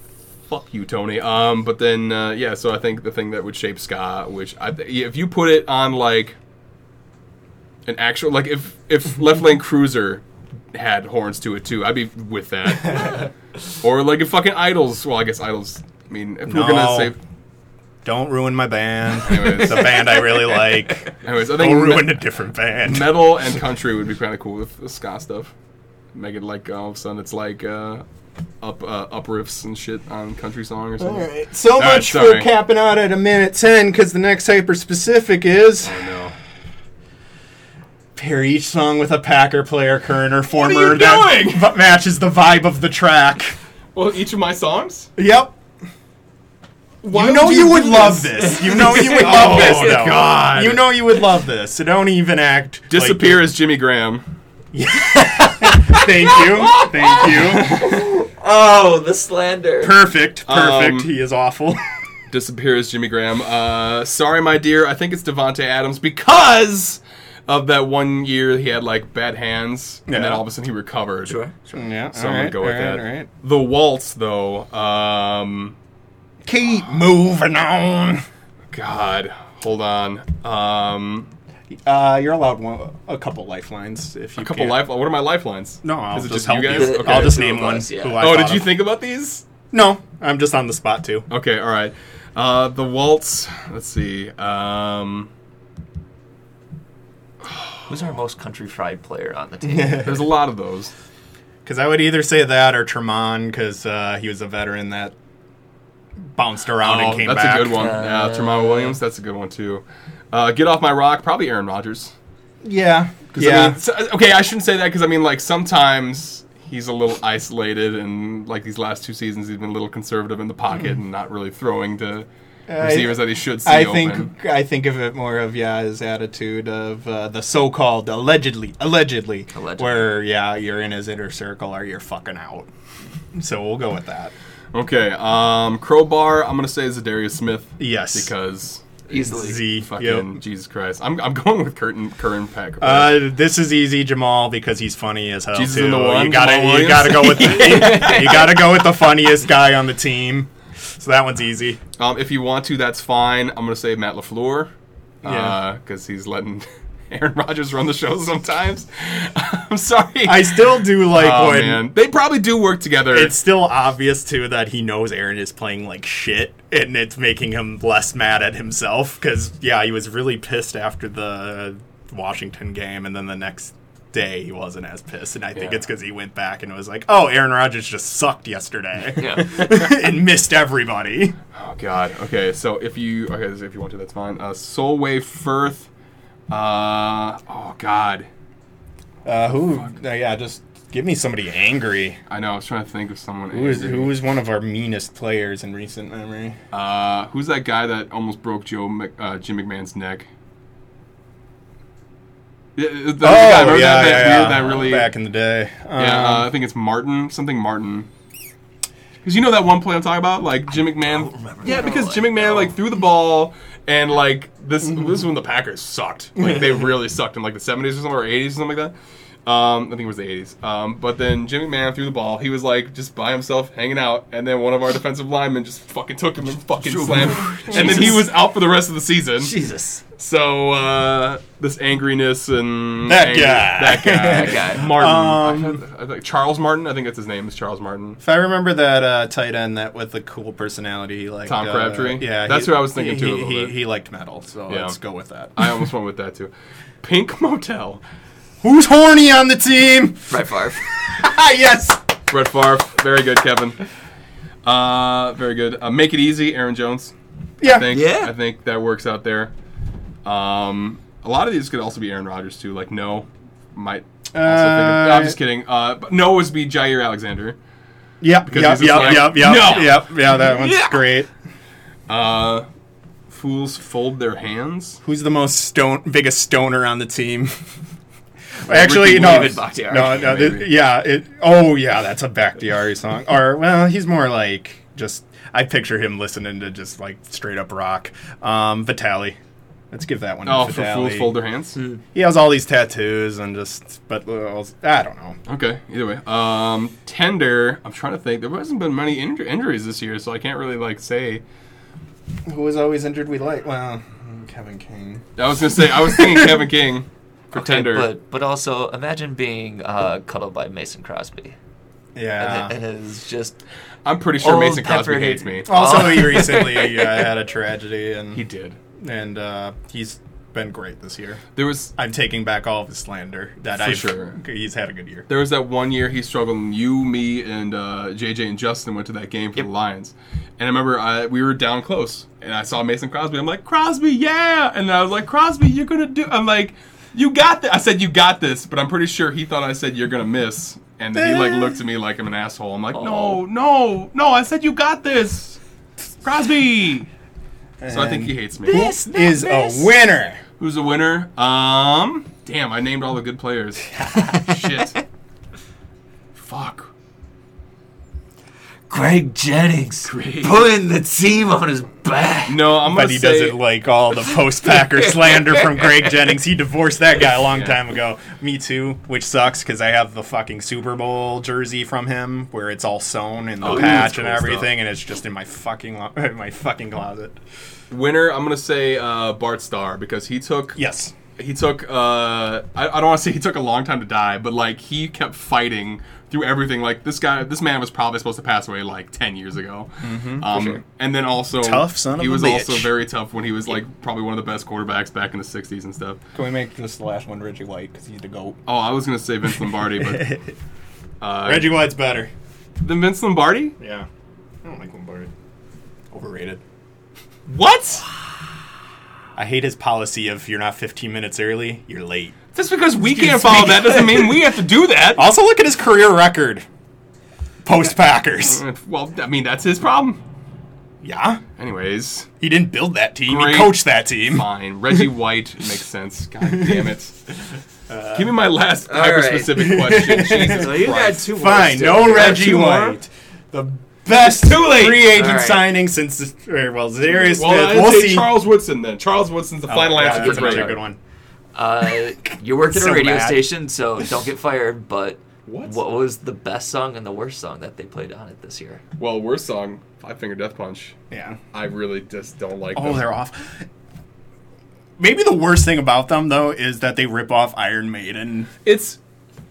Fuck you, Tony. Um, but then uh, yeah, so I think the thing that would shape ska, which I th- if you put it on like an actual like if if Left Lane Cruiser had horns to it too, I'd be with that. or like if fucking Idols. Well, I guess Idols. I mean, if we're gonna No. say, Don't ruin my band. Anyways. the band I really like. anyways, I think Don't ruin me- a different band. metal and country would be kind of cool with the ska stuff. Make it like all of a sudden it's like uh, up uh, up riffs and shit on country song or something. Alright, so right, much sorry. for capping out at a minute 10 because the next hyper specific is I know. pair each song with a Packer player, current or former, are you that doing? v- matches the vibe of the track. Well, each of my songs. Yep. Why you know would you, do would love this. You know you would love Oh, this. though. God. You know you would love this. So don't even act. like- Disappear as Jimmy Graham. thank you. Thank you. Oh, the slander. Perfect. Perfect. Um, he is awful. Disappear as Jimmy Graham. Uh, sorry, my dear. I think it's Devonte Adams because of that one year he had like bad hands, and then Yeah. all of a sudden he recovered. Sure, sure. yeah. So I'm gonna go with that. The waltz, though. Um, Keep moving on. God, hold on. Um, Uh, you're allowed one, a couple lifelines if you a couple can. life. What are my lifelines? No, I'll Is it just, just help you you. guys? Okay. I'll just Two name of one. us, yeah. who Oh, I thought did you of. Oh. think about these? No, I'm just on the spot too. Okay, all right. Uh, the waltz. Let's see. Um, Who's our most country fried player on the team? there's a lot of those. Because I would either say that or Tremont, because uh, he was a veteran that bounced around Oh, and came that's back. a good one. Uh, yeah, Tremont Williams. That's a good one too. Uh, Get off my rock. Probably Aaron Rodgers. Yeah, 'Cause, I mean, so- uh, okay, I shouldn't say that because I mean, like sometimes he's a little isolated, and like these last two seasons, he's been a little conservative in the pocket and not really throwing to receivers that he should see Mm-hmm. I open. think I think of it more of yeah his attitude of uh, the so-called allegedly, allegedly Allegedly. where yeah you're in his inner circle or you're fucking out. So we'll go with that. Okay, um, crowbar. I'm gonna say Zadarius Smith. Yes. because Easily. Z fucking yep. Jesus Christ. I'm, I'm going with Curtin Curran Peck. Uh, this is easy, Jamal, because he's funny as hell. Jesus too. and the one, you gotta, Jamal you gotta go with, the, you gotta go with the funniest guy on the team. So that one's easy. um, if you want to, that's fine. I'm gonna say Matt Lafleur. Yeah. because he's letting Aaron Rodgers run the show sometimes. I'm sorry. I still do like oh when man, they probably do work together. it's still obvious too that he knows Aaron is playing like shit, and it's making him less mad at himself. Because yeah, he was really pissed after the Washington game, and then the next day he wasn't as pissed. And I think Yeah. it's because he went back and was like, "Oh, Aaron Rodgers just sucked yesterday Yeah. and missed everybody." Oh God. Okay. So if you okay, if you want to, that's fine. Uh, Soulwave Firth. Uh, oh God. Uh, who? yeah, just give me somebody angry. I know. I was trying to think of someone. Who is angry. who is one of our meanest players in recent memory? Uh, who's that guy that almost broke Joe Mc, uh, Jim McMahon's neck? Yeah, uh, Oh, the, the guy, Oh, remember that, that weird, that really. back in the day. Um, yeah, uh, I think it's Martin, something Martin. Because you know that one play I'm talking about, like Jim McMahon. remember yeah, that. because Like, Jim McMahon no. like threw the ball and like this. This is when the Packers sucked. Like they really sucked in like the 70s or something or 80s or something like that. Um, I think it was the 80s. Um, but then Jim McMahon threw the ball. He was like just by himself hanging out, and then one of our defensive linemen just fucking took him and fucking slammed. and then he was out for the rest of the season. Jesus. So uh, this angriness and That anger- guy. that guy, That guy. Martin, Um, I thought- I thought- Charles Martin. I think that's his name. Is Charles Martin? If I remember that uh, tight end that with the cool personality, like Tom uh, Crabtree? yeah, That's he- who I was thinking he, too a He, little he, bit. he liked metal, so Yeah. let's go with that. Uh, I almost went with that too. Pink Motel. Who's horny on the team? Brett Favre. Ah, yes. Brett Favre. Very good, Kevin. Uh, very good. Uh, Make it easy, Aaron Jones. I Yeah. think. Yeah. I think that works out there. Um, a lot of these could also be Aaron Rodgers too. Like no, might. Also think of, I'm just kidding. Uh, but no would be Jair Alexander. Yep. Yep. he's just Yep. like, yep. Yep. "No." Yep. Yeah. That one's great. Uh, fools fold their hands. Who's the most stone, biggest stoner on the team? Actually, Ricky no, Williams. Bakhtiari, no, no. th- maybe. yeah, it. Oh, yeah, that's a Bakhtiari song. Or well, he's more like just. I picture him listening to just like straight up rock. Um, Vitali. Let's give that one. to Oh, for Vitali. fools fold their hands. Hmm. He has all these tattoos and just, but uh, I don't know. Okay. Either way, um, tender. I'm trying to think. There hasn't been many inju- injuries this year, so I can't really like say. Who was always injured? We like well, mm, Kevin King. I was gonna say I was thinking Kevin King for Okay, tender. But, but also, imagine being uh, cuddled by Mason Crosby. Yeah. And it, it is just. I'm pretty sure Old Mason Crosby Pepper hates me. hated- Also, Oh. he recently uh, had a tragedy, and He did. and uh, he's been great this year. There was I'm taking back all of his slander. That For I sure. he's had a good year. there was that one year he struggled. And you, me, and uh, JJ and Justin went to that game for the Lions, and I remember I, we were down close, and I saw Mason Crosby. I'm like Crosby, yeah, and I was like Crosby, you're gonna do. I'm like, you got this. I said you got this, but I'm pretty sure he thought I said you're gonna miss, and then he like looked at me like I'm an asshole. I'm like, no, Oh. no, no. I said you got this, Crosby. So I think he hates me. Is a winner. Who's the winner? Um, damn, I named all the good players. Shit. Fuck. Greg Jennings Greg. putting the team on his back. No, I'm But gonna he say doesn't like all the post Packer slander from Greg Jennings. He divorced that guy a long Yeah. time ago. Me too, which sucks because I have the fucking Super Bowl jersey from him where it's all sewn in the Oh, yeah, patch that's and cool stuff. everything, and it's just in my fucking lo- in my fucking closet. winner. I'm gonna say uh, Bart Starr because he took Yes. he took uh, I, I don't want to say he took a long time to die, but like he kept fighting through everything. Like this guy, this man was probably supposed to pass away like ten years ago. um, And then also Mm-hmm, Tough son of He a was bitch. also very tough when he was like probably one of the best quarterbacks back in the '60s and stuff. Can we make this the last one Reggie White because he's the goat? Oh, I was gonna say Vince Lombardi, but uh, Reggie White's better. then Vince Lombardi. Yeah. I don't like Lombardi. Overrated. What? I hate his policy of you're not 15 minutes early, you're late. Just because we can't follow that doesn't mean we have to do that. Also, look at his career record. Post Packers. Well, I mean that's his problem. Yeah. Anyways, He didn't build that team. Great. He coached that team. fine. Reggie White makes sense. God damn it. Uh, Give me my last all right. hyper specific question. Jesus So you got Christ. two words Fine. to No it. Reggie two more? White. The best too late. free agent All right. signing since the, or, well, Zarius Well, Smith. I'd We'll say see. Charles Woodson then. Charles Woodson's the Oh, final yeah, answer that's for another Greg. good one. Uh, you work at a So radio bad. station, so don't get fired. But What? what? was the best song and the worst song that they played on it this year? Well, worst song, Five Finger Death Punch. Yeah. I really just don't like Oh, them. they're off. Maybe the worst thing about them though is that they rip off Iron Maiden. It's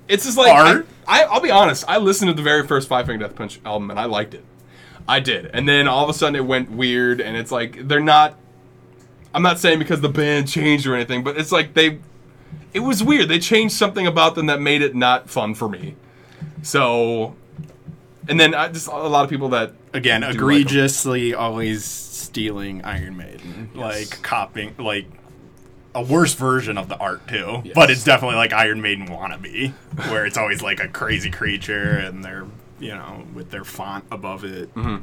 it's just like I, Art? I I'll be honest. I listened to the very first Five Finger Death Punch album and I liked it. I did, and then all of a sudden it went weird, and it's like they're not. I'm not saying because the band changed or anything, but it's like they. It was weird. They changed something about them that made it not fun for me. So, and then I just a lot of people that Again, like 'em. egregiously always stealing Iron Maiden, like copying, like a worse version of the art too. But it's definitely like Iron Maiden wannabe, where it's always like a crazy creature and they're you know with their font above it Mm-hmm.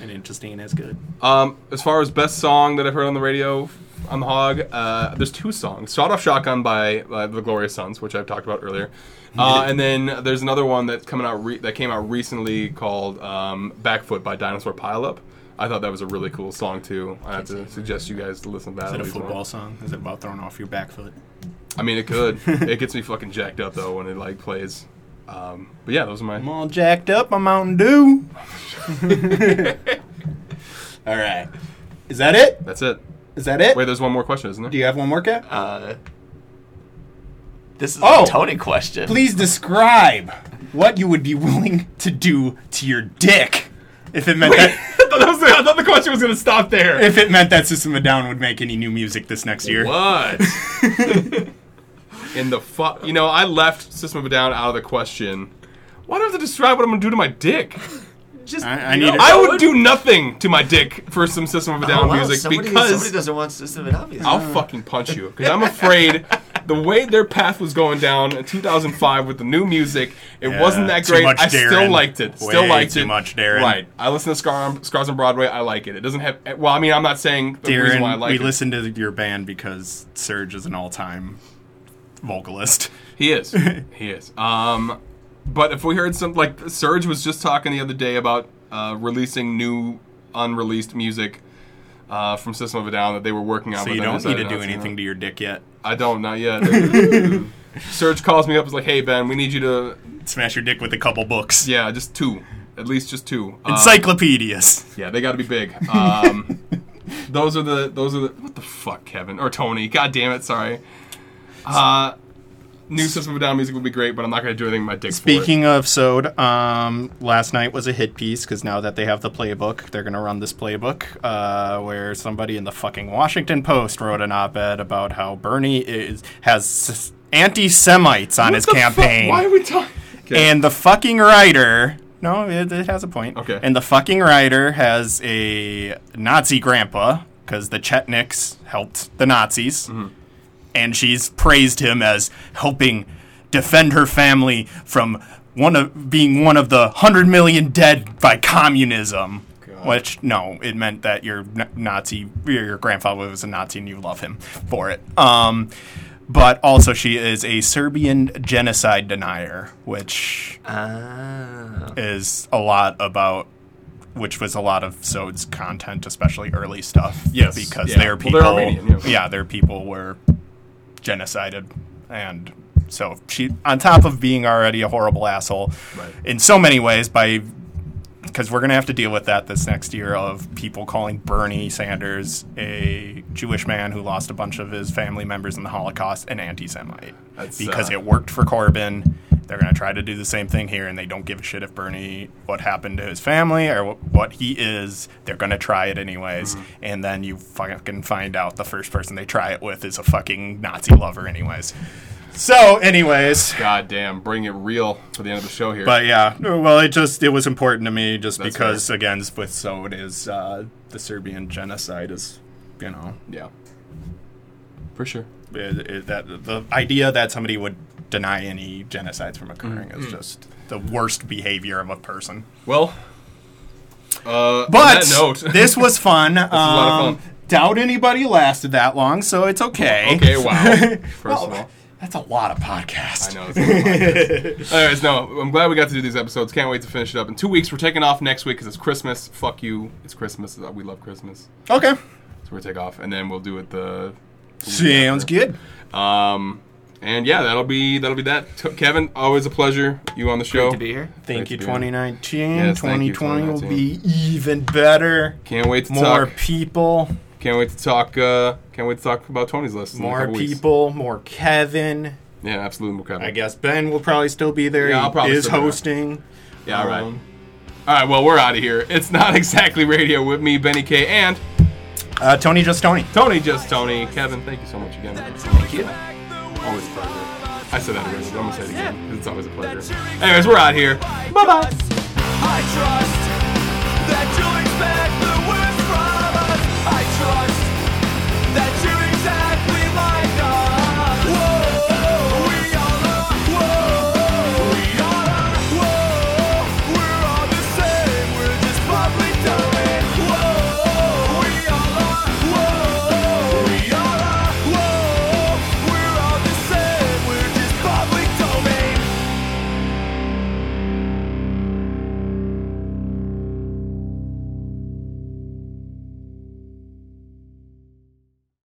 and interesting as good. Um, as far as best song that I've heard on the radio on the Hog, uh, there's two songs. Shot Off Shotgun by uh, the Glorious Sons, which I've talked about earlier. Uh, and then there's another one that's coming out re- that came out recently called um, Backfoot by Dinosaur Pileup. I thought that was a really cool song too. I have to suggest you guys to listen to that. Is at it a least once. football song? Is it about throwing off your back foot? I mean, it could. it gets me fucking jacked up though when it like plays. Um, but yeah, those are I'm my. all jacked up. I'm Mountain Dew. All right. Is that it? That's it. Is that it? Wait, there's one more question, isn't there? Do you have one more, Cap? Uh, this is Oh. a Tony question. Please describe. what you would be willing to do to your dick if it meant that I, thought that was the, I thought the question was gonna stop there. if it meant that System of a Down would make any new music this next year. What? In the fuck? You know, I left System of a Down out of the question. Why do I have to describe what I'm gonna do to my dick? Just, I- I need it. I would do nothing to my dick for some System of a Down Oh, wow, music somebody, because somebody doesn't want System of a Down music. I'll Uh. fucking punch you. Because I'm afraid the way their path was going down in 2005 with the new music, it Yeah, wasn't that too great. much I still Darren. liked it. Still Way liked too it. much Darren. Right. I listen to Scar, Scars on Broadway. I like it. It doesn't have. Well, I mean, I'm not saying the reason Darren, why I like we it. listen to your band because Serge is an all-time vocalist. He is. he is. Um, but if we heard some, like Serge was just talking the other day about uh, releasing new unreleased music uh, from System of a Down that they were working on. So but you then don't need decided to not do anything to your dick yet. I don't. Not yet. Serge calls me up. Is like, hey Ben, we need you to. Smash your dick with a couple books. Yeah, just two. At least just two. Uh, Encyclopedias. yeah, they got to be big. Um, those are the. Those are the. What the fuck, Kevin or Tony? God damn it! Sorry. Uh, new System of a Down music would be great, but I'm not going to do anything with my dick. for it. Speaking of Sode, um, last night was a hit piece because now that they have the playbook, they're going to run this playbook uh, where somebody in the fucking Washington Post wrote an op-ed about how Bernie is has s- anti-Semites on his What the fuck? campaign, Why are we talking? and the fucking writer. No, it, it has a point. Okay. And the fucking writer has a Nazi grandpa because the Chetniks helped the Nazis and she's praised him as helping defend her family from one of being one of the 100 million dead by communism which no it meant that your n- nazi your your grandfather was a nazi and you love him for it um but also she is a serbian genocide denier which Ah. is a lot about which was a lot of Sod's content, especially early stuff. Yes, because yeah. their Well, they're people, Armenian, yeah. their people were genocided, and so she, on top of being already a horrible asshole, Right. in so many ways, by because we're gonna have to deal with that this next year of people calling Bernie Sanders a Jewish man who lost a bunch of his family members in the Holocaust an anti-Semite That's, because uh, it worked for Corbyn. They're going to try to do the same thing here, and they don't give a shit if Bernie, what happened to his family or wh- what he is. They're going to try it anyways. Mm-hmm. And then you fucking find out the first person they try it with is a fucking Nazi lover, anyways. So, anyways. God damn, bring it real for the end of the show here. But yeah, no, well, it just it was important to me just That's because again with Sod is uh, the Serbian genocide is you know yeah, for sure. it, it, that the idea that somebody would deny any Mm. genocides from occurring is just the worst behavior of a person. Well, Uh, But on that note, this was fun. um, lot of fun. Doubt anybody lasted that long, so it's okay. okay, wow. First of all. That's a lot of podcasts. I know. It's a lot, guys. Anyways, no, I'm glad we got to do these episodes. Can't wait to finish it up. In two weeks, we're taking off next week because it's Christmas. Fuck you. It's Christmas. Uh, We love Christmas. Okay. So we're gonna take off, and then we'll do it the. Sounds good. Um, and yeah, that'll be that'll be that. T- Kevin, always a pleasure. You on the show. to be here. Thank Great you, to be on. 2019. Yes, thank 2020 you, will 2019. be even better. Can't wait to More talk. people, Can't wait to talk. Uh, can't wait to talk about Tony's list. in a more couple weeks. people, more Kevin. Yeah, absolutely, more Kevin. I guess Ben will probably still be there. Yeah, He I'll probably is still be there. hosting. Yeah, all right. Um, all right. Well, we're out of here. It's not exactly radio with me, Benny K, and Uh, Tony just Tony. Tony. Just Tony. Kevin, thank you so much again. Thank you. Always a pleasure. I said that already. but I'm gonna say it again. 'cause It's always a pleasure. Anyways, we're out of here. Bye bye. I trust that